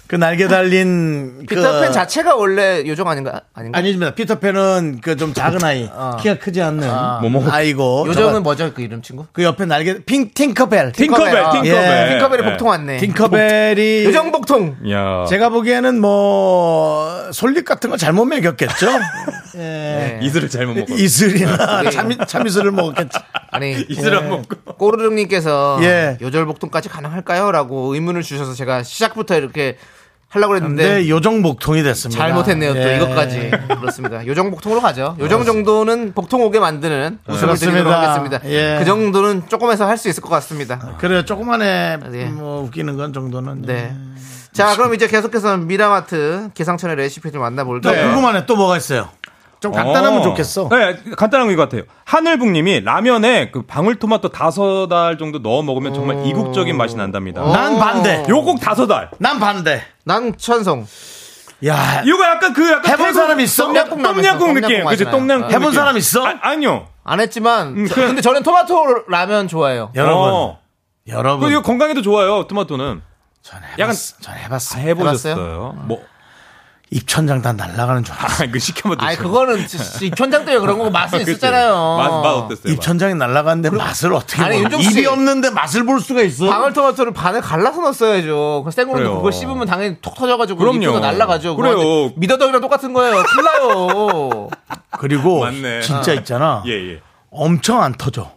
그 날개 달린
피터팬
그
자체가 원래 요정 아닌가? 아닌가?
아니지만 피터팬은 그 좀 작은 아이 키가 크지 않는 아.
뭐뭐.
이고
요정은 뭐죠? 그 이름 친구?
그 옆에 날개 핑 팅커벨
팅커벨,
팅커벨,
팅커벨.
예,
팅커벨이
예.
복통 왔네. 뭐,
팅커벨이
요정복통.
야.
제가 보기에는 뭐 솔잎 같은 걸 잘못 먹였겠죠. 예.
이슬을 잘못 먹었
이슬이나
네.
참이, 참이슬을 먹었겠지.
아니, 예.
이슬 안 먹고.
꼬르륵님께서
예.
요절복통까지 가능할까요? 라고 의문을 주셔서 제가 시작부터 이렇게 하려고 했는데
네, 요정 복통이 됐습니다.
잘못했네요. 또
예.
이것까지 그렇습니다. 요정 복통으로 가죠. 요정 정도는 복통 오게 만드는 웃음을 드리도록
예. 그렇습니다.
하겠습니다.
예.
그 정도는 조금해서 할 수 있을 것 같습니다.
그래요. 조그만해
예.
뭐 웃기는 건 정도는.
네. 자, 그럼 이제 계속해서 미라마트 기상천의 레시피 좀
또
만나볼게요.
궁금하네. 또 뭐가 있어요? 좀 간단하면
어.
좋겠어.
네, 간단한 것 같아요. 하늘북님이 라면에 그 방울토마토 다섯 알 정도 넣어 먹으면 정말 이국적인 맛이 난답니다.
어. 난 반대.
요 꼭 다섯 알.
난 반대.
난 천성.
야,
이거 약간 그 약간
해본
태국-
사람 있어?
똥냥꿍 라면
똥냥꿍
있어.
느낌. 그치,
똥냥꿍
똥냥꿍.
하잖아요.
해본
느낌.
사람 있어?
아, 아니요.
안 했지만 저-
음, 그래.
근데 저는 토마토 라면 좋아해요.
여러분,
어.
여러분,
그 이거 건강에도 좋아요. 토마토는.
전 해봤,
약간-
전 아, 해봤어요.
해보셨어요? 뭐,
입천장 다 날아가는 줄 알았어.
아, 그 시켜봐
아이 그거는 지- 지- 현장 때문에 그런 거고 맛은 있었잖아요.
맛, 맛 어땠어요? 맛?
입천장이 날아가는데 맛을 어떻게
아니,
보냐?
윤종수 씨.
입이 없는데 맛을 볼 수가 있어?
방울토마토를 반을 갈라서 넣었어야죠. 그 생으로
그래요.
그걸 씹으면 당연히 톡 터져가지고
그럼요.
입구가 날라가죠.
그래요.
미더덕이랑 똑같은 거예요. 틀라요.
그리고
맞네.
진짜 있잖아.
예, 예.
엄청 안 터져.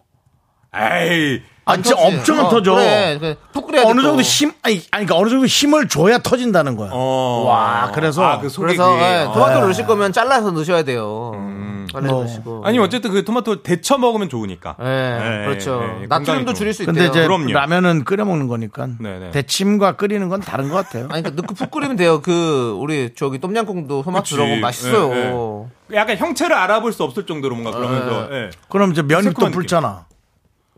에이.
아, 진짜 엄청 안 터져.
어, 그래, 그래. 푹 끓여야
어느 정도 힘 아니 아니 그러니까 어느 정도 힘을 줘야 터진다는 거야.
어.
와 그래서
아, 그 속에
그래서
그게.
예,
어.
토마토 를 넣으실 거면 잘라서 넣으셔야 돼요. 잘라
뭐.
서 넣으시고.
아니 어쨌든 그 토마토 데쳐 먹으면 좋으니까.
예,
예,
그렇죠.
예, 예.
나트륨도
건강에
줄일 수
근데
있대요.
이제
그럼요.
라면은 끓여 먹는 거니까
네네.
데침과 끓이는 건 다른 것 같아요.
아니 그러니까 넣고 푹 끓이면 돼요. 그 우리 저기 똠양꿍도 토마토
그치.
들어가면 맛있어요.
예, 좀. 약간 형체를 알아볼 수 없을 정도로 뭔가 그러면서.
네.
예.
그럼 이제 면이 또
새콤한
불잖아.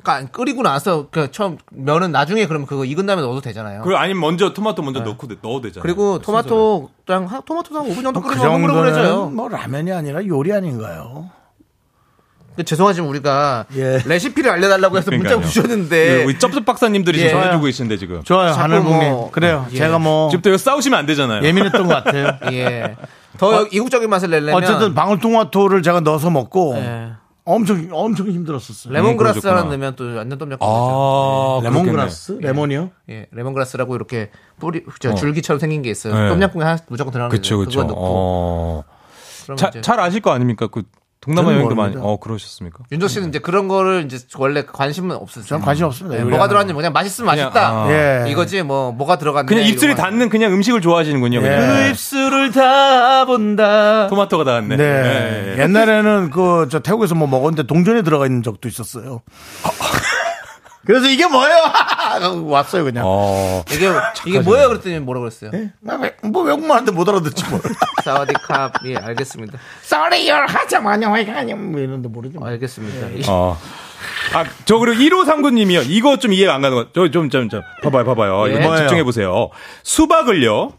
그러니까 끓이고 나서 그 처음 면은 나중에 그러면 그거 익은 다음에 넣어도 되잖아요.
그리고 아니면 먼저 토마토 먼저 넣고 넣어도 되잖아요.
네. 그리고
네, 순서대로.
토마토랑 한- 토마토도 한 5분
어,
정도
그
끓이면 흐물흐물해져요.
정도는 뭐 라면이 아니라 요리 아닌가요?
근데 죄송하지만 우리가
예.
레시피를 알려달라고 해서 문자
그러니까요.
주셨는데
예, 우리 쩝쩝 박사님들이
예.
지금 전해주고 계신데 지금.
좋아요
자꾸
하늘봉님
뭐-
그래요.
예.
제가 뭐
지금부터 이거 싸우시면 안 되잖아요.
예민했던 것 같아요.
예.
어,
더 여- 이국적인 맛을 내려면
어쨌든 방울토마토를 제가 넣어서 먹고
예.
엄청 엄청 힘들었었어요.
레몬그라스
음,
하나
그러셨구나.
넣으면 또 완전 똠얌꿍 되죠.
아,
레몬그라스 레몬이요?
예, 레몬그라스라고 이렇게 뿌리 저 줄기처럼 생긴 게 있어요.
어. 예.
똠얌꿍에 하나 무조건 들어가는
그렇죠,
거죠.
그렇죠.
그거 넣고
어.
그러면
자,
이제
잘 아실 거 아닙니까? 그 동남아
저는
여행도 많이.
모릅니다.
어, 그러셨습니까?
윤정 씨는 이제 그런 거를 이제 원래 관심은 없으세요?
전 관심 없습니다.
예,
요리하는
뭐가
거.
들어갔는지 그냥 맛있으면
그냥,
맛있다.
아.
예.
이거지 뭐 뭐가 들어갔네.
그냥 입술이
이거만.
닿는 그냥 음식을 좋아하시는군요. 그냥.
예.
입술을 다 본다.
토마토가 닿았네.
네.
예, 예.
옛날에는 그 저 태국에서 뭐 먹었는데 동전이 들어가 있는 적도 있었어요. 그래서 이게 뭐예요? 하고 왔어요 그냥.
어.
이게 이게 뭐예요? 그랬더니 뭐라 그랬어요?
예? 나 왜- 뭐 외국말한테 못 알아듣지 뭘.
사와디캅. 예, 알겠습니다.
Sorry, your heart, 마녀, 뭐 이런데 모르지. 뭐.
알겠습니다. 이-
어. 아, 저 그리고 1호상구님이요. 이거 좀 이해가 안 가는 거. 저 좀, 좀, 좀. 봐봐요, 봐봐요.
예.
이거
뭐예요?
집중해 보세요. 수박을요.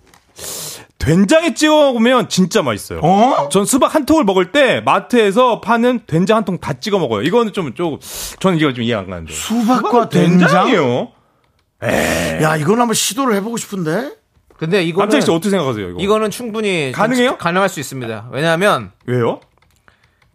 된장에 찍어 먹으면 진짜 맛있어요.
어?
전 수박 한 통을 먹을 때 마트에서 파는 된장 한 통 다 찍어 먹어요. 이거는 좀, 좀, 저는 이거 좀 이해가 안 가는데.
수박과 된장?
된장이요?
야, 이건 한번 시도를 해보고 싶은데?
근데 이거는
남창희 씨 어떻게 생각하세요? 이거?
이거는 충분히
가능해요?
가능할 수 있습니다. 왜냐하면
왜요?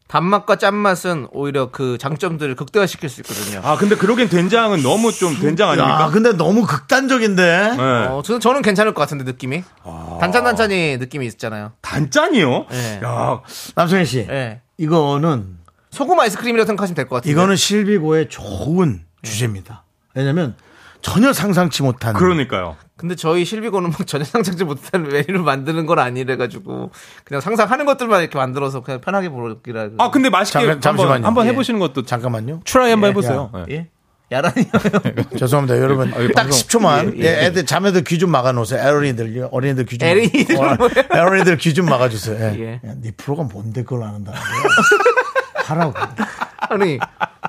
단맛과 짠맛은 오히려 그 장점들을 극대화시킬 수 있거든요.
아, 근데 그러기엔 된장은 너무 좀 된장
야,
아닙니까?
근데 너무 극단적인데?
예.
어, 저는, 저는 괜찮을 것 같은데 느낌이
아.
단짠단짠이 느낌이 있잖아요.
단짠이요?
예.
야,
남성희 씨,
예.
이거는,
소금 아이스크림이라고 생각하시면 될 것 같아요.
이거는 실비고의 좋은 주제입니다. 왜냐면 전혀 상상치 못한.
그러니까요.
근데 저희 실비고는 막 전혀 상상치 못한 메뉴를 만드는 건 아니래가지고 그냥 상상하는 것들만 이렇게 만들어서 그냥 편하게 보기라.
아, 근데 맛있게
잠깐-
한번,
잠시만요.
한번
예.
해보시는 것도
잠깐만요.
트라이 한번 해보세요. 예.
예? 야란이요.
그러니까. 죄송합니다, 여러분. 딱 10초만. 예, 애들 잠에도 귀 좀 막아놓으세요. 어린이들요. 어린이들 귀 좀.
어린이들은
막아-
뭐예요?
어, 어린이들 귀 좀 막아주세요. 예.
예.
야, 네 프로가 뭔데 그걸 안 한다. 하라고.
아니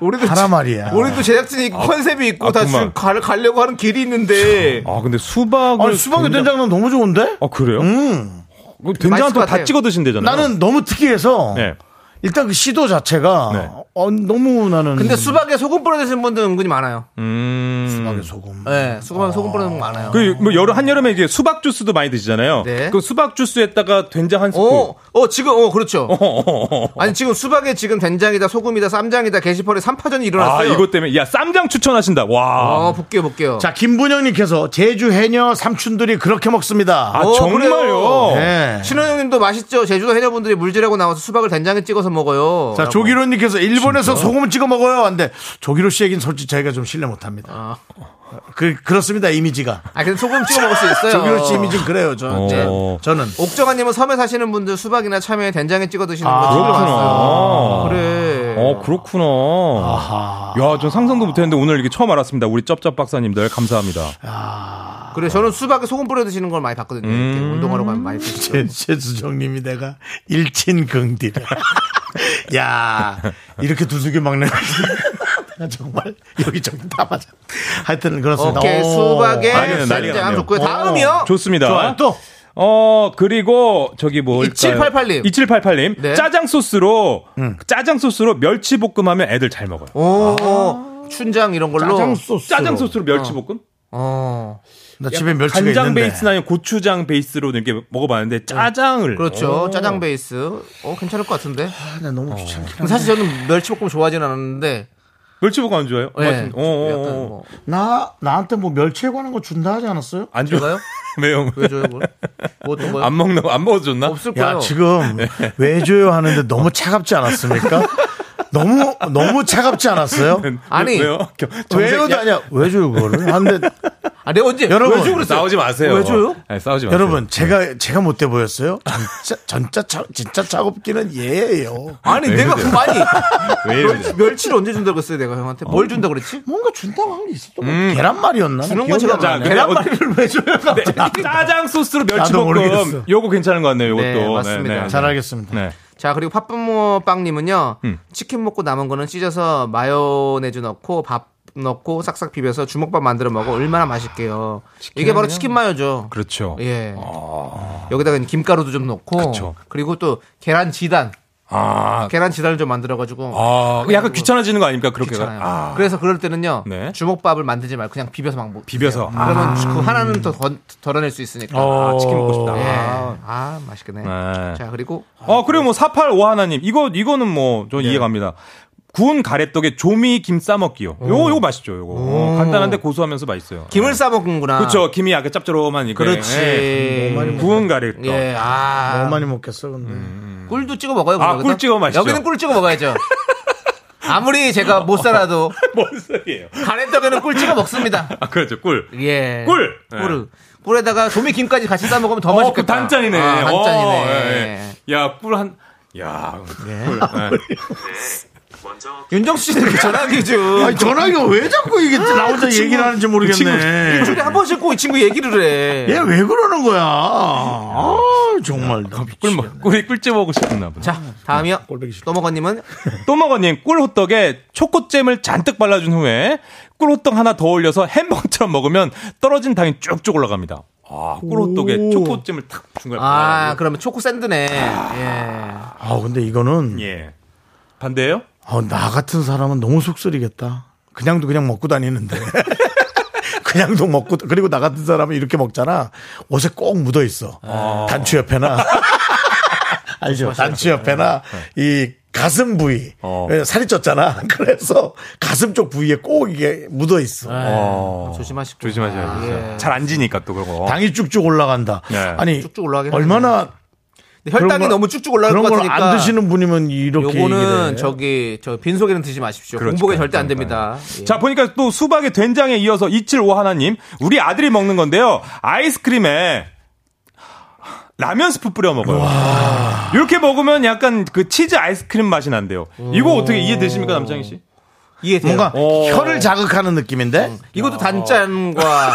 우리도
하라 말이야.
우리도 제작진이
아,
있고 컨셉이 있고 다
아프구만.
지금 갈, 가려고 하는 길이 있는데
아 근데 수박을
아니, 수박에 된장면 너무 좋은데?
아 그래요? 그
맛있을 것
된장도 다
같아요.
찍어 드신대잖아요.
나는 너무 특이해서.
네.
일단 그 시도 자체가.
네.
어, 너무 나는.
근데 수박에 소금 뿌려 드시는 분들 은근히 많아요.
음. 수박에 소금.
예, 수박에 소금 뿌려 넣는 거 많아요.
그뭐 여름 한 여름에 이게 수박 주스도 많이 드시잖아요.
네.
그 수박 주스에다가 된장 한 스푼.
어, 어 지금 어 그렇죠.
어, 어, 어.
아니 지금 수박에 지금 된장이다 소금이다 쌈장이다 게시판에 삼파전이
아
일어났어요.
이것 때문에 야 쌈장 추천하신다. 와.
아, 볼게요 볼게요.
자, 김분영님께서 제주 해녀 삼촌들이 그렇게 먹습니다.
아
어,
정말요.
그래요.
네.
신호영님도 맛있죠. 제주도 해녀분들이 물질하고 나와서 수박을 된장에 찍어서 먹어요.
자,
라고.
조기로님께서 일본에서 소금을 찍어 먹어요. 근데 조기로 씨 얘기는 솔직히 저희가 좀 신뢰 못 합니다. 그, 그렇습니다, 이미지가.
아 근데 소금 찍어 먹을 수 있어요.
조기로 씨 이미지는 그래요, 저,
어.
제,
네.
저는.
옥정아님은 섬에 사시는 분들 수박이나 참외 된장에 찍어 드시는
아,
거 지금
그렇구나.
왔어요. 그래.
어 그렇구나. 야, 전 상상도 못했는데 오늘 이게 처음 알았습니다. 우리 쩝쩝 박사님들 감사합니다.
그래 저는 수박에 소금 뿌려 드시는 걸 많이
음.
봤거든요. 이렇게 운동하러 가면 많이 드시죠.
제, 제 수정님이 내가 일친 긍디래. 야 이렇게 두둑이 막는 거 내가 정말 여기저기 다 맞아. 하여튼 그렇습니다.
오케이
오.
수박에
어. 아, 난리네, 난리가
된장
났네요. 어,
좋고요. 다음이요.
좋습니다.
좋아요. 또.
어, 그리고 저기 뭘까요?
2788 님.
2788 님.
네.
짜장 소스로
음.
짜장 소스로 멸치 볶음하면 애들 잘 먹어요.
오 춘장 이런 걸로.
짜장 소스.
아. 짜장 소스로 멸치 볶음?
어
나 집에 멸치가
간장
있는데.
베이스나 아니면 고추장 베이스로 이렇게 먹어봤는데 짜장을
네. 그렇죠. 짜장 베이스. 어 괜찮을 것 같은데.
아, 나 너무 귀찮긴 한데.
근데 사실 저는 멸치볶음 좋아하진 않았는데.
멸치 볶음 안 좋아요?
예.
맞습니다. 어, 어,
약간
어.
뭐
나, 나한테 뭐 멸치에 관한 거 준다 하지 않았어요?
안
제가요?
좋아요? 매형
왜 줘요 그걸? 뭐 어떤 거요?
안 먹나 안 먹어줬나?
없을 거예요.
야, 지금 왜 줘요 하는데 너무 차갑지 않았습니까? 너무, 너무 차갑지 않았어요?
아니.
왜요? 겨-
왜요도 네. 아니야. 왜 줘요, 그거를? 아, 근데
아, 내가 언제?
여러분.
왜 주고 그랬어요?
싸우지 마세요.
왜 줘요?
네, 싸우지 마세요.
여러분, 제가, 제가 못돼 보였어요? 전자, 전자, 차, 진짜 차갑기는 얘예요
아니 내가 그 많이
왜
멸치, 멸치를 언제 준다고 했어요 내가 형한테 뭘 준다고 그랬지?
뭔가 준다고 한 게 있었던 음. 계란말이었나?
주는 건
기억이
제가
안 나.
자,
자,
근데
계란말이를 왜 줘요?
네, 짜장 소스로 멸치
나도
볶음
모르겠어.
요거 괜찮은 것 같네요. 요것도
네, 맞습니다.
잘 알겠습니다.
네.
자 그리고 팥부모 빵님은요
음.
치킨 먹고 남은 거는 찢어서 마요네즈 넣고 밥 넣고 싹싹 비벼서 주먹밥 만들어 먹어 얼마나 맛있게요. 이게 바로 치킨 마요죠.
그렇죠.
예. 여기다가 이제 김가루도 좀 넣고
아. 그쵸.
그리고또 계란 지단
아,
계란 지단을 좀 만들어 가지고
아, 약간 귀찮아지는 거 아닙니까? 그렇게
괜찮아요.
아,
그래서 그럴 때는요
네.
주먹밥을 만들지 말고 그냥 비벼서 막 먹.
비벼서. 아,
그러면 그 하나는 더 건- 덜어낼 수 있으니까.
아, 치킨 먹고 싶다.
예.
아.
아 맛있겠네.
네.
자 그리고
어, 그리고 뭐 4851 하나님. 이거 이거는 뭐전
네.
이해갑니다. 구운 가래떡에 조미 김 싸먹기요. 요거 요거 맛있죠. 요거. 어, 간단한데 고소하면서 맛있어요.
김을 싸 먹는구나.
그렇죠. 김이 약간 짭조름한 이게.
그렇지.
예.
뭐
구운 가래떡.
예. 아
너무 뭐 많이 먹겠어, 근데.
꿀도 찍어 먹어요.
아,
그럼 여기다?
꿀 찍어 마시죠.
여기는 꿀 찍어 먹어야죠. 아무리 제가 못 살아도
뭔 소리예요?
가래떡에는 꿀 찍어 먹습니다.
아, 그렇죠. 꿀.
예.
꿀! 예.
꿀. 꿀에다가 조미김까지 같이 싸 먹으면 더
어, 그
맛있겠다.
단짠이네.
아, 단짠이네.
어, 예, 예. 야, 꿀 한, 야. 꿀. 예.
윤정수 씨는 그 전화기 좀.
아니, 전화기가 왜 자꾸 이게 나 혼자 얘기를 하는지 모르겠네.
일주일에 한 번씩 꼭 이 친구 얘기를 해.
그 얘 왜 그러는 거야? 아, 정말. 나
꿀, 먹- 꿀이 꿀째 먹고 싶나 보다.
자, 다음이요.
아,
또먹어님은
또먹어님 꿀호떡에 초코잼을 잔뜩 발라준 후에 꿀호떡 하나 더 올려서 햄버거처럼 먹으면 떨어진 당이 쭉쭉 올라갑니다. 아 꿀호떡에 초코잼을 탁 중간에
아,
발라가지고.
그러면 초코 샌드네. 예.
아, 근데 이거는.
예 반대예요?
어, 나 같은 사람은 너무 속쓰리겠다. 그냥도 그냥 먹고 다니는데. 그냥도 먹고 그리고 나 같은 사람은 이렇게 먹잖아. 옷에 꼭 묻어 있어.
아.
단추 옆에나 알죠. 단추 옆에나
네.
이 가슴 부위
어.
왜냐면 살이 쪘잖아. 그래서 가슴 쪽 부위에 꼭 이게 묻어 있어.
어
예. 조심하시고.
조심하셔야죠.
네. 아, 예.
잘안 지니까 또 그거.
어. 당이 쭉쭉 올라간다.
네.
아니
쭉쭉 올라가긴
얼마나
근데 혈당이
그런 걸-
너무 쭉쭉 올라갈 것
그런 걸
같으니까.
안 드시는 분이면 이렇게 얘기를 해.
요거는 저기 저 빈속에는 드시지 마십시오.
그렇죠.
공복에 절대 안 됩니다. 예.
자 보니까 또 수박에 된장에 이어서 2751 하나님 우리 아들이 먹는 건데요 아이스크림에 라면 스프 뿌려 먹어요. 이렇게 먹으면 약간 그 치즈 아이스크림 맛이 난대요. 이거 어떻게 이해되십니까 남창희 씨?
이해돼요.
뭔가
어.
혀를 자극하는 느낌인데
이것도 단짠과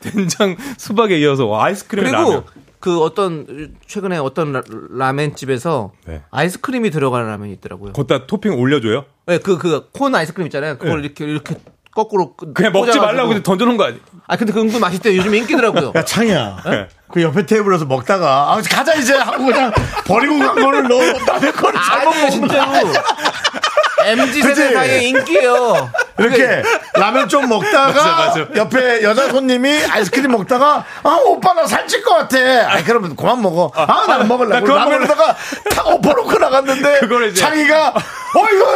된장 수박에 이어서 아이스크림
그리고
라면.
그 어떤 최근에 어떤 라- 라멘 집에서
네.
아이스크림이 들어가는 라면이 있더라고요.
거기다 토핑 올려줘요?
네, 그그 콘 아이스크림 있잖아요. 그걸 이렇게 이렇게 거꾸로 끄-
그냥 먹지
꽂아가지고.
말라고 근데 던져놓은 거 아니?
아 근데 그 은근 맛있대요. 요즘 인기더라고요.
야 창이야
네.
그 옆에 테이블에서 먹다가 아 가자 이제 하고 그냥 버리고 간 거를 너 남의 거를 잘
아니
먹는 거야.
진짜로 MZ 세대
그치?
사이의 인기예요.
이렇게 라면 좀 먹다가
맞아, 맞아.
옆에 여자 손님이 아이스크림 먹다가 아 오빠 나 살찔 것 같아. 아 그러면 그만 먹어. 아나 안 먹을래.
나
고
그거
라면에다가 탁 엎어놓고 나갔는데
그걸 이제-
자기가 어이구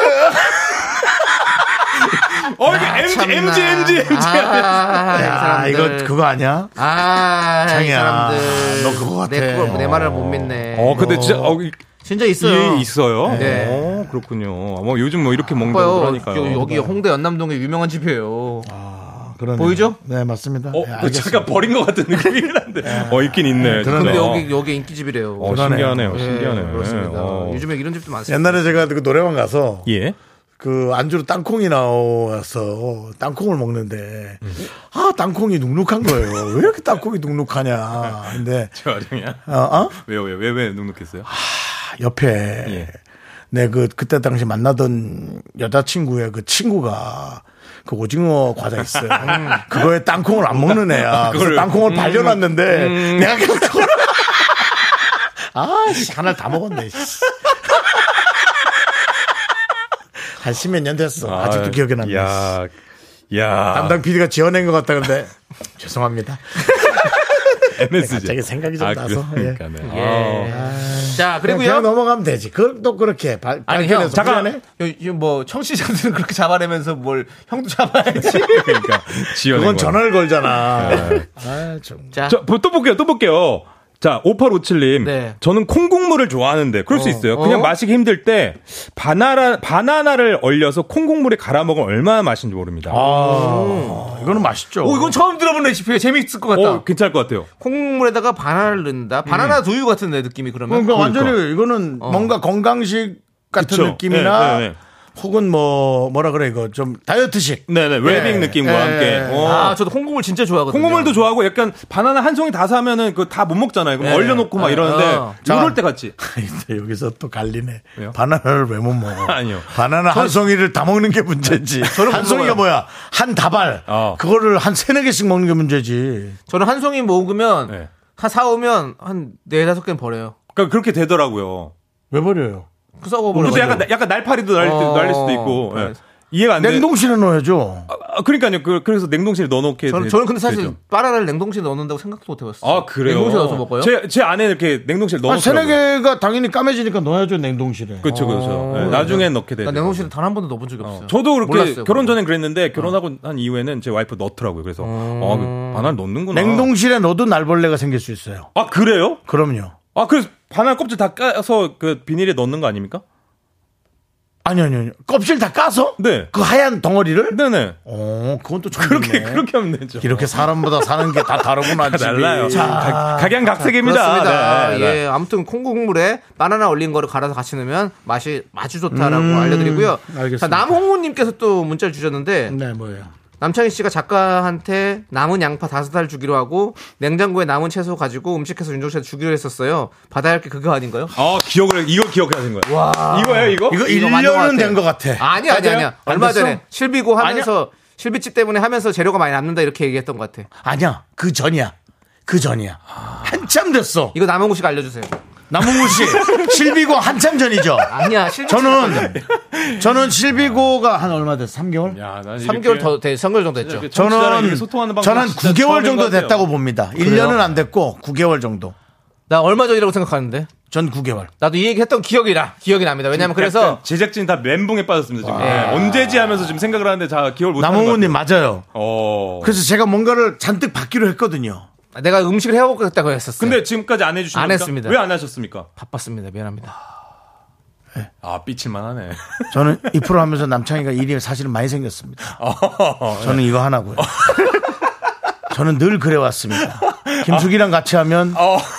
어, 이게
아,
MG, MG, MG, MG.
아, 이
야
사람들.
이거 그거 아니야?
아, 이
장이야.
사람들.
너 그거 같아.
내, 그걸, 내 말을 못 믿네.
어, 근데 진짜, 어, 이-
진짜 있어요.
이 있어요?
네.
어, 그렇군요. 뭐 요즘 뭐 이렇게 먹는
봐요.
그러니까요. 아,
여- 여기 홍대 연남동에 유명한 집이에요.
그러네요.
보이죠?
네 맞습니다.
어,
예,
그거
알겠습니다.
잠깐 버린 것 같은 느낌이긴 한데. 어, 있긴
그러네.
있네. 진짜.
근데 여기 여기 인기집이래요. 예,
어, 신기하네요. 신기하네요.
그렇습니다.
어.
요즘에 이런 집도 많습니다.
옛날에 제가 그 노래방 가서
예.
그 안주로 땅콩이 나와서 땅콩을 먹는데 아 땅콩이 눅눅한 거예요. 왜 이렇게 땅콩이 눅눅하냐. 근데
저아령이야
어, 어?
왜요, 왜요, 왜, 왜 눅눅했어요?
옆에
예.
내 그 그때 당시 만나던 여자친구의 그 친구가 그 오징어 과자 있어요. 그거에 땅콩을 안 먹는 애야. 음. 그래서
그걸-
땅콩을 발려놨는데 내가 계속 그걸 음. 아씨 하나를 다 먹었네. 씨. 한 십몇 년 됐어. 아직도 기억이 납니다. 씨.
야, 야.
담당 PD가 지어낸 것 같다 근데 아. 죄송합니다.
MSG.
갑자기 생각이 좀 나서, 예.
그러니까, 네.
예. 자
그냥
그리고요.
넘어가면 되지. 그걸 또 그렇게 발,
아니
발견해서
형 잠깐
미안해.
요- 요뭐 청취자들은 그렇게 잡아내면서 뭘 형도 잡아야지.
아, 그러니까 지어낸
그건
거야.
전화를 걸잖아. 아, 좀.
자
저, 뭐, 또 볼게요, 또 볼게요. 자, 5857님.
네.
저는 콩국물을 좋아하는데, 그럴 수 있어요. 그냥
어?
마시기 힘들 때, 바나나, 바나나를 얼려서 콩국물에 갈아 먹으면 얼마나 맛있는지 모릅니다. 어,
아, 이거는 맛있죠.
오 이건 처음 들어본 레시피예요. 재밌을 것 같다.
어, 음. 괜찮을 것 같아요.
콩국물에다가 바나나를 넣는다. 바나나 두유 같은 내 느낌이
어,
그러면.
그러니까 어. 완전히 이거는 뭔가 건강식 같은
그쵸.
느낌이나
예, 예, 예.
혹은 뭐 뭐라 그래 이거 좀 다이어트식.
네네, 웨빙 느낌과
예.
함께. 어.
아 저도 콩국물 진짜 좋아하거든요.
콩국물도 좋아하고 약간 바나나 한 송이 다 사면은 그 다 못 먹잖아요. 그럼
네.
얼려놓고 막
아,
이러는데
어.
이럴 때 같이.
근데 여기서 또 갈리네.
왜요?
바나나를 왜 못 먹어?
아니요.
바나나 한 송이를 다 먹는 네, 게 문제지. 한 송이가 뭐야? 한 다발.
어.
그거를 한 세네 개씩 먹는 게 문제지.
저는 한 송이 모으면
네.
한 사오면 한 네다섯 개는 버려요.
그러니까 그렇게
어,
되더라고요.
왜 버려요?
그 썩어버려.
그것도 약간 약간 날파리도 날릴, 때-
어.
날릴 수도 있고 예. 이해가 안 돼.
냉동실에 넣어야죠.
아, 그러니까요. 그, 그래서 냉동실에 넣어놓게.
저는,
되-
저는 근데 사실
되죠.
바나나를 냉동실에 넣는다고 생각도 못해봤어요.
네, 아 그래요.
냉동실에 넣어서 먹어요?
제, 제 안에 이렇게 냉동실에
아,
넣어서.
세네 개가 당연히 까매지니까 넣어야죠 냉동실에.
아.
그렇죠, 그렇죠. 예, 나중에 넣게 돼.
나 냉동실에 단 한 번도 넣어본 적이 없어요.
네. 저도 그렇게
몰랐어요,
결혼
그거.
전엔 그랬는데 결혼하고 난 이후에는 제 와이프 넣더라고요. 그래서 아, 그 바나나 넣는구나.
냉동실에 넣어도 날벌레가 생길 수 있어요.
아 그래요?
그럼요.
아 그래서 바나나 껍질 다 까서 그 비닐에 넣는 거 아닙니까?
아니요, 아니요. 아니요. 껍질 다 까서?
네.
그 하얀 덩어리를?
네네.
어, 그건 또 처음
그렇게
듣네.
그렇게 하면 되죠.
이렇게 사람마다 사는 게 다 다르구나.
다
집이.
달라요. 각- 각양각색입니다.
그렇습니다.
네, 네, 네.
예, 아무튼 콩국물에 바나나 얼린 거를 갈아서 같이 넣으면 맛이 아주 좋다라고
음,
알려드리고요.
알겠습니다.
자, 남홍우님께서 또 문자를 주셨는데
네, 뭐예요.
남창희 씨가 작가한테 남은 양파 다섯 알 주기로 하고 냉장고에 남은 채소 가지고 음식해서 윤종 씨한테 주기로 했었어요. 받아야 할 게 그거 아닌가요?
아 기억을 이거 기억하신 거예요. 이거예요 이거?
이거
어? 이거 맞는 것
1년은
같아요.
된 것 같아.
아니 아니
맞아요?
아니야. 얼마
안 됐어?
전에 실비고 하면서 실비집 때문에 하면서 재료가 많이 남는다 이렇게 얘기했던 것 같아.
아니야. 그 전이야. 그 전이야. 한참 됐어.
이거 남홍우 씨가 알려주세요.
남홍우 씨. 실비고 한참 전이죠.
아니야 실비
저는, 저는 실비고가 한 얼마 됐어? 3개월?
야, 난
3개월 더 돼, 3개월 정도 됐죠.
청취자랑 이렇게
저는,
소통하는 방법
저는
진짜
9개월
처음인
정도
것 같아요.
됐다고 봅니다. 1년은 안 됐고, 9개월 정도.
나 얼마 전이라고 생각하는데
전 9개월.
나도 이 얘기했던 기억이 나 기억이 납니다. 왜냐면 그래서
약간 제작진 다 멘붕에 빠졌습니다 지금. 네, 언제지 하면서 지금 생각을 하는데 다 기억을 못. 하는 것
남홍우님
같아요.
맞아요.
어.
그래서 제가 뭔가를 잔뜩 받기로 했거든요.
내가 음식을 해먹겠다고 했었어요.
근데 지금까지 안 해주신
안
겁니까?
했습니다.
왜안 하셨습니까?
바빴습니다. 미안합니다.
아 삐칠만하네.
저는 이 프로 하면서 남창희가 일이 사실은 많이
아,
생겼습니다.
어. 네.
저는 이거
어.
하나고요. 저는 늘 그래왔습니다. 김숙이랑 같이 하면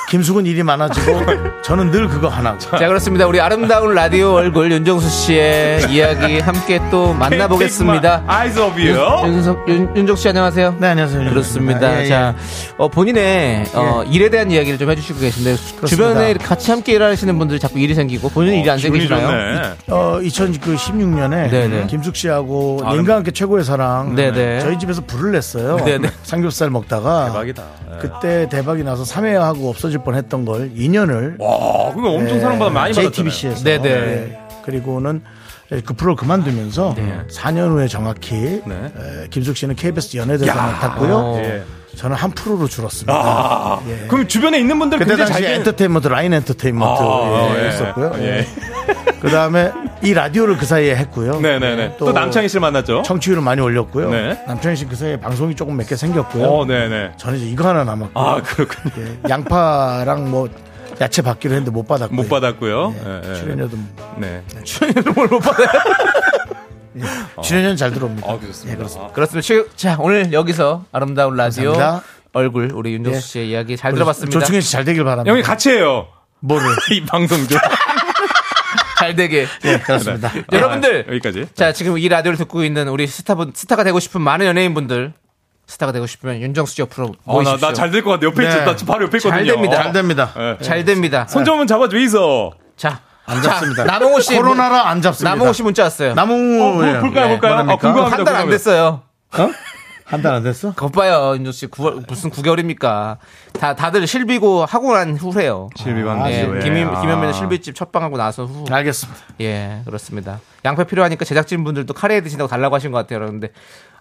김숙은 일이 많아지고 저는 늘 그거 하나고.
자 그렇습니다. 우리 아름다운 라디오 얼굴 윤정수 씨의 이야기 함께 또 만나보겠습니다. 음,
아이즈 오브
윤석 윤, 윤정 씨 안녕하세요.
네, 안녕하세요.
그렇습니다.
예, 예.
자 어, 본인의 어, 일에 대한 이야기를 좀 해주시고 계신데 주변에 같이 함께 일하시는 분들이 자꾸 일이 생기고 본인은 일이 안 생기시나요?
어, 2016년에
네네. 아,
김숙 씨하고 인간 함께 최고의 사랑
네네.
저희 집에서 불을 냈어요.
네네.
삼겹살 먹다가
네.
그때 대박이 나서 3회하고 없어질 뻔했던 걸 2년을
아, 그러면 엄청 사랑받아 많이 받았잖아요.
JTBC에서 예,
네네.
그리고는 그 프로 그만두면서
네.
4년 후에 정확히
네.
에, 김숙 씨는 KBS 연예대상
어.
맡았고요. 저는 한 프로로 줄었습니다.
그럼 주변에 있는 분들
그때
굉장히
당시
아, 잘
엔터테인먼트 라인 엔터테인먼트
아,
예,
예.
했었고요. 그 다음에 이 라디오를 그 사이에 했고요.
네네네. 또, 남창희 씨를 만났죠.
청취율을 많이 올렸고요.
네.
남편이 씨그 사이에 방송이 조금 몇 개 생겼고요.
어, 네네.
저는 이제 이거 하나 남았고
아, 그렇군요.
예, 양파랑 뭐 야채 받기로 했는데 못 받았고
못 받았고요. 예, 예.
출연료도 뭐-
네.
예, 출연료는 잘 들어옵니다.
아, 그렇습니다.
그렇습니다. 지- 자 오늘 여기서 아름다운 라디오
감사합니다.
얼굴 우리 윤정수
예.
씨의 이야기 잘 들어봤습니다.
조충현 씨 잘 되길 바랍니다.
형이 같이 해요.
뭐를
이 방송 좀.
잘 되게.
예, 그렇습니다.
여러분들
아, 여기까지.
자, 지금 이 라디오를 듣고 있는 우리 스타분, 스타가 되고 싶은 많은 연예인분들, 스타가 되고 싶으면 윤정수 씨 옆으로
어, 나,
모이십시오.
나 잘 될 것 같아. 옆에
네.
있죠. 나 지금 바로 옆에 있거든요.
잘 됩니다.
잘 됩니다.
예.
잘 됩니다.
손 좀은 잡아줘, 이서.
자,
안 잡습니다.
자, 남홍호 씨.
코로나라 안 잡습니다. 예.
남홍호 씨 문자 왔어요.
남홍
어,
네,
볼까요, 볼까요? 아, 궁금합니다.
한 달 안
궁금합니다.
됐어요.
한달 안 됐어?
거 봐요, 윤정수 씨. 9월, 무슨 9개월입니까? 다, 다들 실비고 하고 난 후래요.
실비만
예,
아,
김임,
아.
김현민은 실비집 첫방하고 나서 후.
알겠습니다.
예, 그렇습니다. 양파 필요하니까 제작진분들도 카레 드신다고 달라고 하신 것 같아요. 그런데,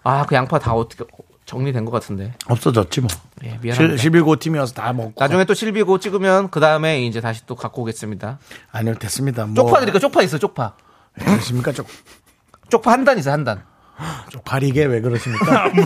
아, 그 양파 다 어떻게 정리된 것 같은데.
없어졌지 뭐.
예, 미안합니다.
11고 팀이 와서 다 먹고.
나중에 또 실비고 찍으면 그 다음에 이제 다시 또 갖고 오겠습니다.
아니요 됐습니다. 뭐
쪽파 드릴까? 쪽파 있어, 쪽파.
그러십니까? 쪽
쪽파 한 단 있어, 한 단.
쪽파리게 왜 그러십니까?
뭐.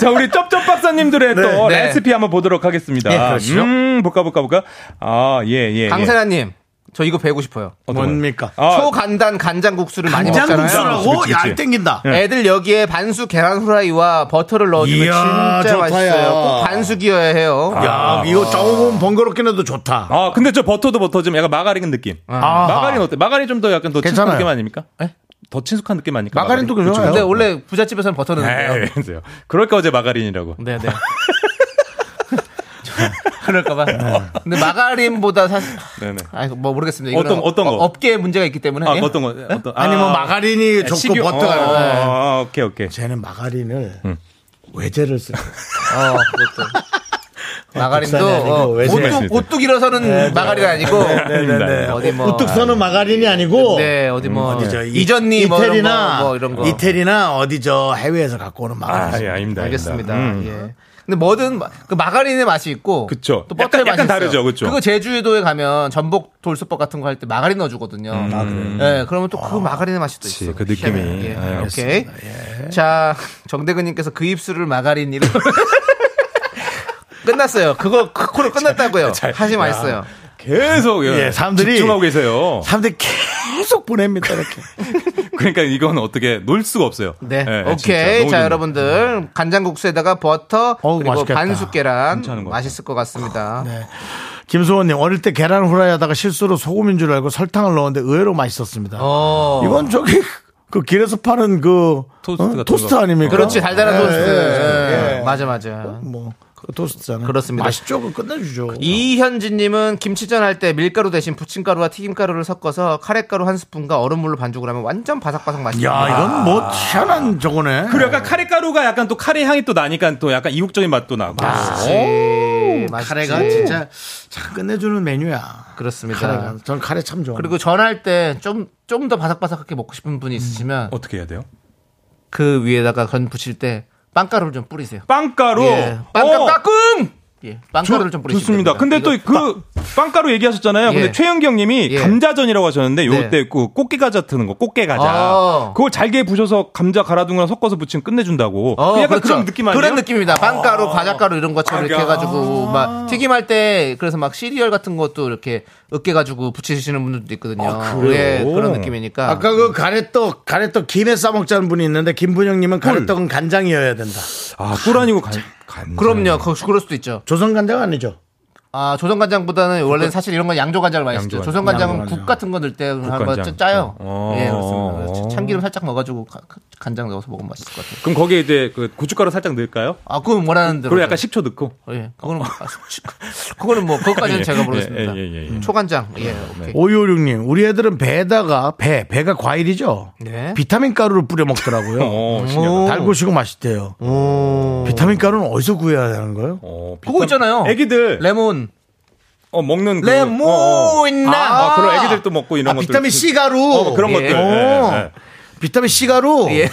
자, 우리 쩝쩝 박사님들의 또
네.
레시피 한번 보도록 하겠습니다.
예, 그러시죠.
음, 볼까, 볼까, 볼까. 아, 예, 예. 예.
강세라님, 저 이거 배우고 싶어요.
뭡니까?
아,
초간단 간장국수를 많이 먹잖아요.
간장국수라고
그치, 그치.
야 땡긴다.
예.
애들 여기에 반숙 계란 후라이와 버터를 넣어주면
이야,
진짜
좋다야.
맛있어요. 꼭 반숙이어야 해요.
야 이거 조금 번거롭긴 해도 좋다.
아, 근데 저 버터도 버터 좀 약간 마가린 느낌.
아하.
마가린 어때? 마가린 좀 더 약간 더 친숙한
괜찮아요.
느낌 아닙니까? 더 친숙한 느낌 아닙니까?
마가린도 괜찮아요.
근데 원래 부잣집에서는 버터는
에이,
넣어요.
그러세요. 그럴까 어제 마가린이라고.
네네. 그럴까봐.
네.
근데 마가린보다 사실,
네네.
아, 이거 뭐 모르겠습니다. 이거는
어떤- 어떤
어-
거?
업계에 문제가 있기 때문에.
아, 어떤 거? 어떤
아니 뭐 마가린이 좋고
식용-
버터가
어,
네.
어, 어, 오케이, 오케이.
쟤는 마가린을 외제를 쓰고
어, 그것도. 마가린도
국산이 아니고
어,
외제.
오뚝, 오뚝 일어서는
네.
마가린 아니고
네.
어디 뭐
우뚝 서는 마가린이 아니고
네 어디 뭐
음, 어디 저 이-
이전니 뭐 이런
이태리나
거, 뭐 이런 거
이태리나 어디 저 해외에서 갖고 오는
아,
마가린.
예, 아닙니다. 아닙니다.
알겠습니다.
음.
예. 근데 뭐든 마- 그 마가린의 맛이 있고
그쵸.
또 버터의
약간- 약간
맛이
다르죠,
있어요.
그쵸.
그거 제주도에 가면 전복 돌솥밥 같은 거 할 때 마가린 넣어주거든요.
음.
예, 그러면 또 그 마가린의 맛이 또 있어.
아, 그치, 그 느낌이.
희한해요. 예,
아,
오케이. 자 정대근님께서 그 입술을 마가린이로 끝났어요. 그거 그 코로 끝났다고요. 하지 마있어요.
계속
예, 사람들이-
집중하고 계세요.
사람들이 계속 보냅니다 이렇게.
그러니까 이건 어떻게 놀 수가 없어요.
네,
예, 진짜
오케이.
너무
자
좋네요.
여러분들 간장국수에다가 버터
어우,
그리고
맛있겠다.
반숙 계란
것 같아요.
맛있을 것 같습니다.
네. 김수원님 어릴 때 계란 후라이 하다가 실수로 소금인 줄 알고 설탕을 넣었는데 의외로 맛있었습니다.
어.
이건 저기 그 길에서 파는 그
토스트 같은
토스트
거.
아닙니까?
그렇지 달달한
예,
토스트.
예, 예.
맞아 맞아.
뭐 그 토스트잖아요.
그렇습니다.
맛있죠? 그 끝내주죠.
이현진님은 김치전 할 때 밀가루 대신 부침가루와 튀김가루를 섞어서 카레가루 한 스푼과 얼음물로 반죽을 하면 완전 바삭바삭 맛있어요.
야 이건 뭐 희한한 저거네.
그리고 약간 그러니까 카레 가루가 약간 또 카레 향이 또 나니까 또 약간 이국적인 맛도 나고.
아. 오, 맛있지.
카레가 진짜 참 끝내주는 메뉴야.
그렇습니다.
카레가. 전 카레 참 좋아.
그리고 전할 때 좀 좀 더 바삭바삭하게 먹고 싶은 분이 있으시면
음.
어떻게 해야 돼요?
그 위에다가 전 부칠 때 빵가루를 좀 뿌리세요.
빵가루.
예, 빵가
어,
까꿍. 예, 빵가루를
좋-
좀 뿌리시면
좋습니다. 근데
됩니다.
또 그 빵가루 얘기하셨잖아요.
예.
근데 최영경 님이
예.
감자전이라고 하셨는데
네.
요때 그 꽃게 가자 트는 거, 꽃게 가자.
아.
그걸 잘게 부셔서 감자 갈아둔거랑 섞어서 부치면 끝내준다고.
어,
약간
그렇죠.
그런 느낌 아니에요?
그런 느낌입니다. 빵가루, 과자가루 이런 것처럼 이렇게 해가지고 막 튀김할 때 그래서 막 시리얼 같은 것도 이렇게 으깨가지고 붙이시는 분들도 있거든요. 예, 그런 느낌이니까.
아까 그 가래떡 가래떡 김에 싸 먹자는 분이 있는데 김분영님은 가래떡은 간장이어야 된다.
아, 꿀 아니고 간,
그럼요. 그, 그럴 수도 있죠.
조선간장 아니죠?
아, 조선간장보다는 원래 는 사실 이런 건 양조간장을 많이 쓰죠.
양조간장.
조선간장은
양조간장.
국 같은 거 넣을 때 한번
국간장.
짜요.
어.
예, 그렇습니다.
어.
참기름 살짝 넣어가지고 가- 간장 넣어서 먹으면 맛있을 것 같아요.
그럼 거기에 이제 그 고춧가루 살짝 넣을까요?
아, 그건 뭐라는 대로.
그리고 약간 식초 넣고.
예, 그거는, 아, 그거는 뭐, 그것까지는 제가 모르겠습니다.
예, 예, 예, 예.
초간장. 예, 오케이.
네. 5256님, 우리 애들은 배에다가 배, 배가 과일이죠?
네.
비타민 가루를 뿌려 먹더라고요.
어, 신기하다.
달고 시고 맛있대요. 비타민 가루는 어디서 구해야 하는 거예요?
어,
그거 있잖아요.
애기들
레몬.
어, 먹는 그,
레몬.
어, 어.
나.
아, 그런 애기들도 먹고 이런
아,
것들.
비타민 C 가루.
어, 그런
예.
것들. 예,
어.
예.
비타민 C 가루.
예.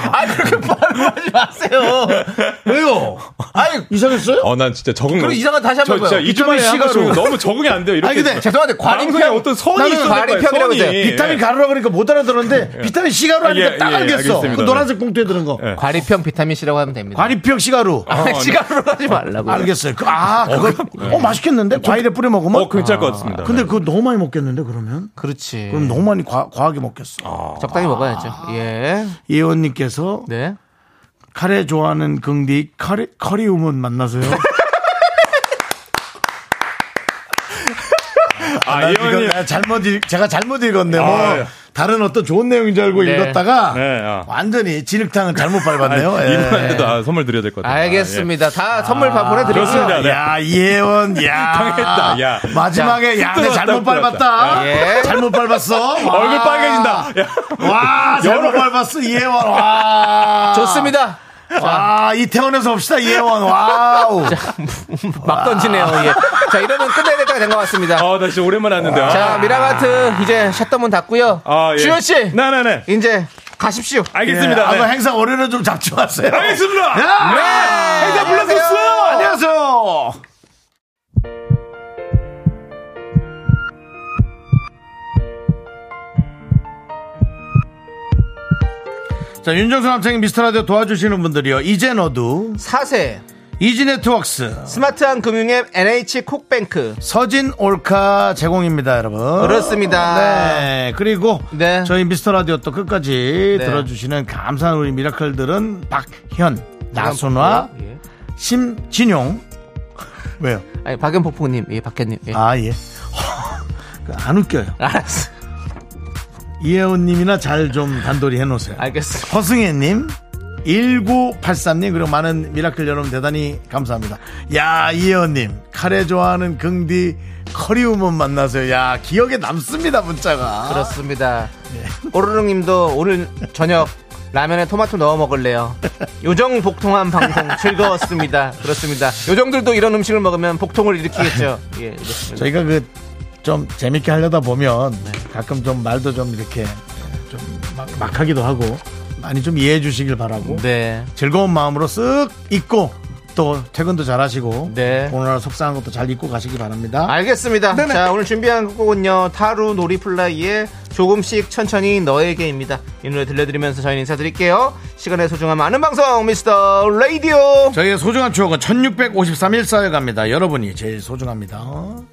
아, 그렇게 말하지
네,
마세요.
왜요?
아니,
이상했어요?
어, 난 진짜 적응.
그럼 이 장면 다시 한번
저 진짜
봐요.
이주만에
비타민
한번
C가루.
쓰고 너무 적응이 안 돼요. 이렇게.
아니, 근데
네, 죄송한데,
방송에
과립형.
어떤 선이
나는
있어야
과립형이라고 했어요.
비타민 가루라 그러니까 못 알아들었는데 비타민 C 가루 하니까
예,
딱
예,
알겠어.
알겠습니다.
그 노란색 봉투에 드는 거.
예.
과립형 비타민C라고 하면 됩니다.
과리병 C 가루.
아니,
어,
시간으로
네.
하지 말라고.
알겠어요. 그, 아, 그거 어, 맛있겠는데 과일에 뿌려 먹으면.
예.
아,
어, 괜찮을 것 같습니다.
근데 그거 너무 많이 먹겠는데 그러면?
그렇지.
그럼 너무 많이 과, 하게 먹겠어.
아. 뭐
적당히 먹어야죠. 예.
예원님께서
네.
카레 좋아하는 긍디 카레 커리우먼 만나서요.
아,
난
예원이.
이거 내가 잘못 읽, 제가 잘못 읽었네. 뭐
아, 예.
다른 어떤 좋은 내용인 줄 알고
네.
읽었다가
네, 아.
완전히 진흙탕을 잘못 밟았네요. 예.
이분한테도 아, 선물 드려야 될 것 같아요.
알겠습니다. 다 선물 다 보내드리고요.
그렇습니다. 네.
예. 야 예원 야
당했다, 야.
마지막에 야, 내
뚫었다,
잘못
뚫었다.
밟았다
예.
잘못 밟았어
아,
와.
얼굴 빨개진다. 야.
와 잘못 밟았어 예원 와
좋습니다.
아.
와 이태원에서 봅시다 예원 와우
막 던지네요. 예. 자, 이러면 끝내야 될 때가 된 것 같습니다.
아, 나 진짜 오랜만에 왔는데. 아.
자, 미라마트 이제 샷더문 닫고요.
아, 예.
주현 씨,
네네네.
이제 가십시오.
알겠습니다.
예,
네.
아마 행사 월요일에 좀 잡지 마세요
알겠습니다.
야!
네.
행사 불렀었어 안녕하세요 자 윤정수 남창의 미스터라디오 도와주시는 분들이요 이제 너도
사세
이지네트웍스
스마트한 금융앱 NH 콕뱅크
서진 올카 제공입니다, 여러분.
그렇습니다.
네. 그리고
네.
저희 미스터 라디오 또 끝까지
네.
들어주시는 감사한 우리 미라클들은 박현, 나순화,
예.
심진용. 왜요?
아니 박연폭풍님, 예 박현님, 예.
아, 예. 안 웃겨요.
알았어,
이혜원님이나 잘 좀 단돌이 해놓으세요.
알겠어.
허승혜님. 1983님 그리고 많은 미라클 여러분 대단히 감사합니다. 야 이혜원님 카레 좋아하는 긍디 커리우먼 만나세요. 야 기억에 남습니다 문자가.
그렇습니다. 오르릉님도 오늘 저녁 라면에 토마토 넣어 먹을래요. 요정 복통한 방송 즐거웠습니다. 그렇습니다. 요정들도 이런 음식을 먹으면 복통을 일으키겠죠. 예, 그렇습니다.
저희가 그 좀 재밌게 하려다 보면
네.
가끔 좀 말도 좀 이렇게 좀 막, 막하기도 하고 많이 좀 이해해 주시길 바라고
네,
즐거운 마음으로 쓱 잊고 또 퇴근도 잘 하시고
네.
오늘 하루 속상한 것도 잘 잊고 가시기 바랍니다.
알겠습니다. 자, 오늘 준비한 곡은요. 타루 놀이플라이의 조금씩 천천히 너에게입니다. 이 노래 들려드리면서 저희는 인사드릴게요. 시간의 소중함 아는 방송 미스터 라디오.
저희의 소중한 추억은 1653일 쌓여갑니다. 여러분이 제일 소중합니다.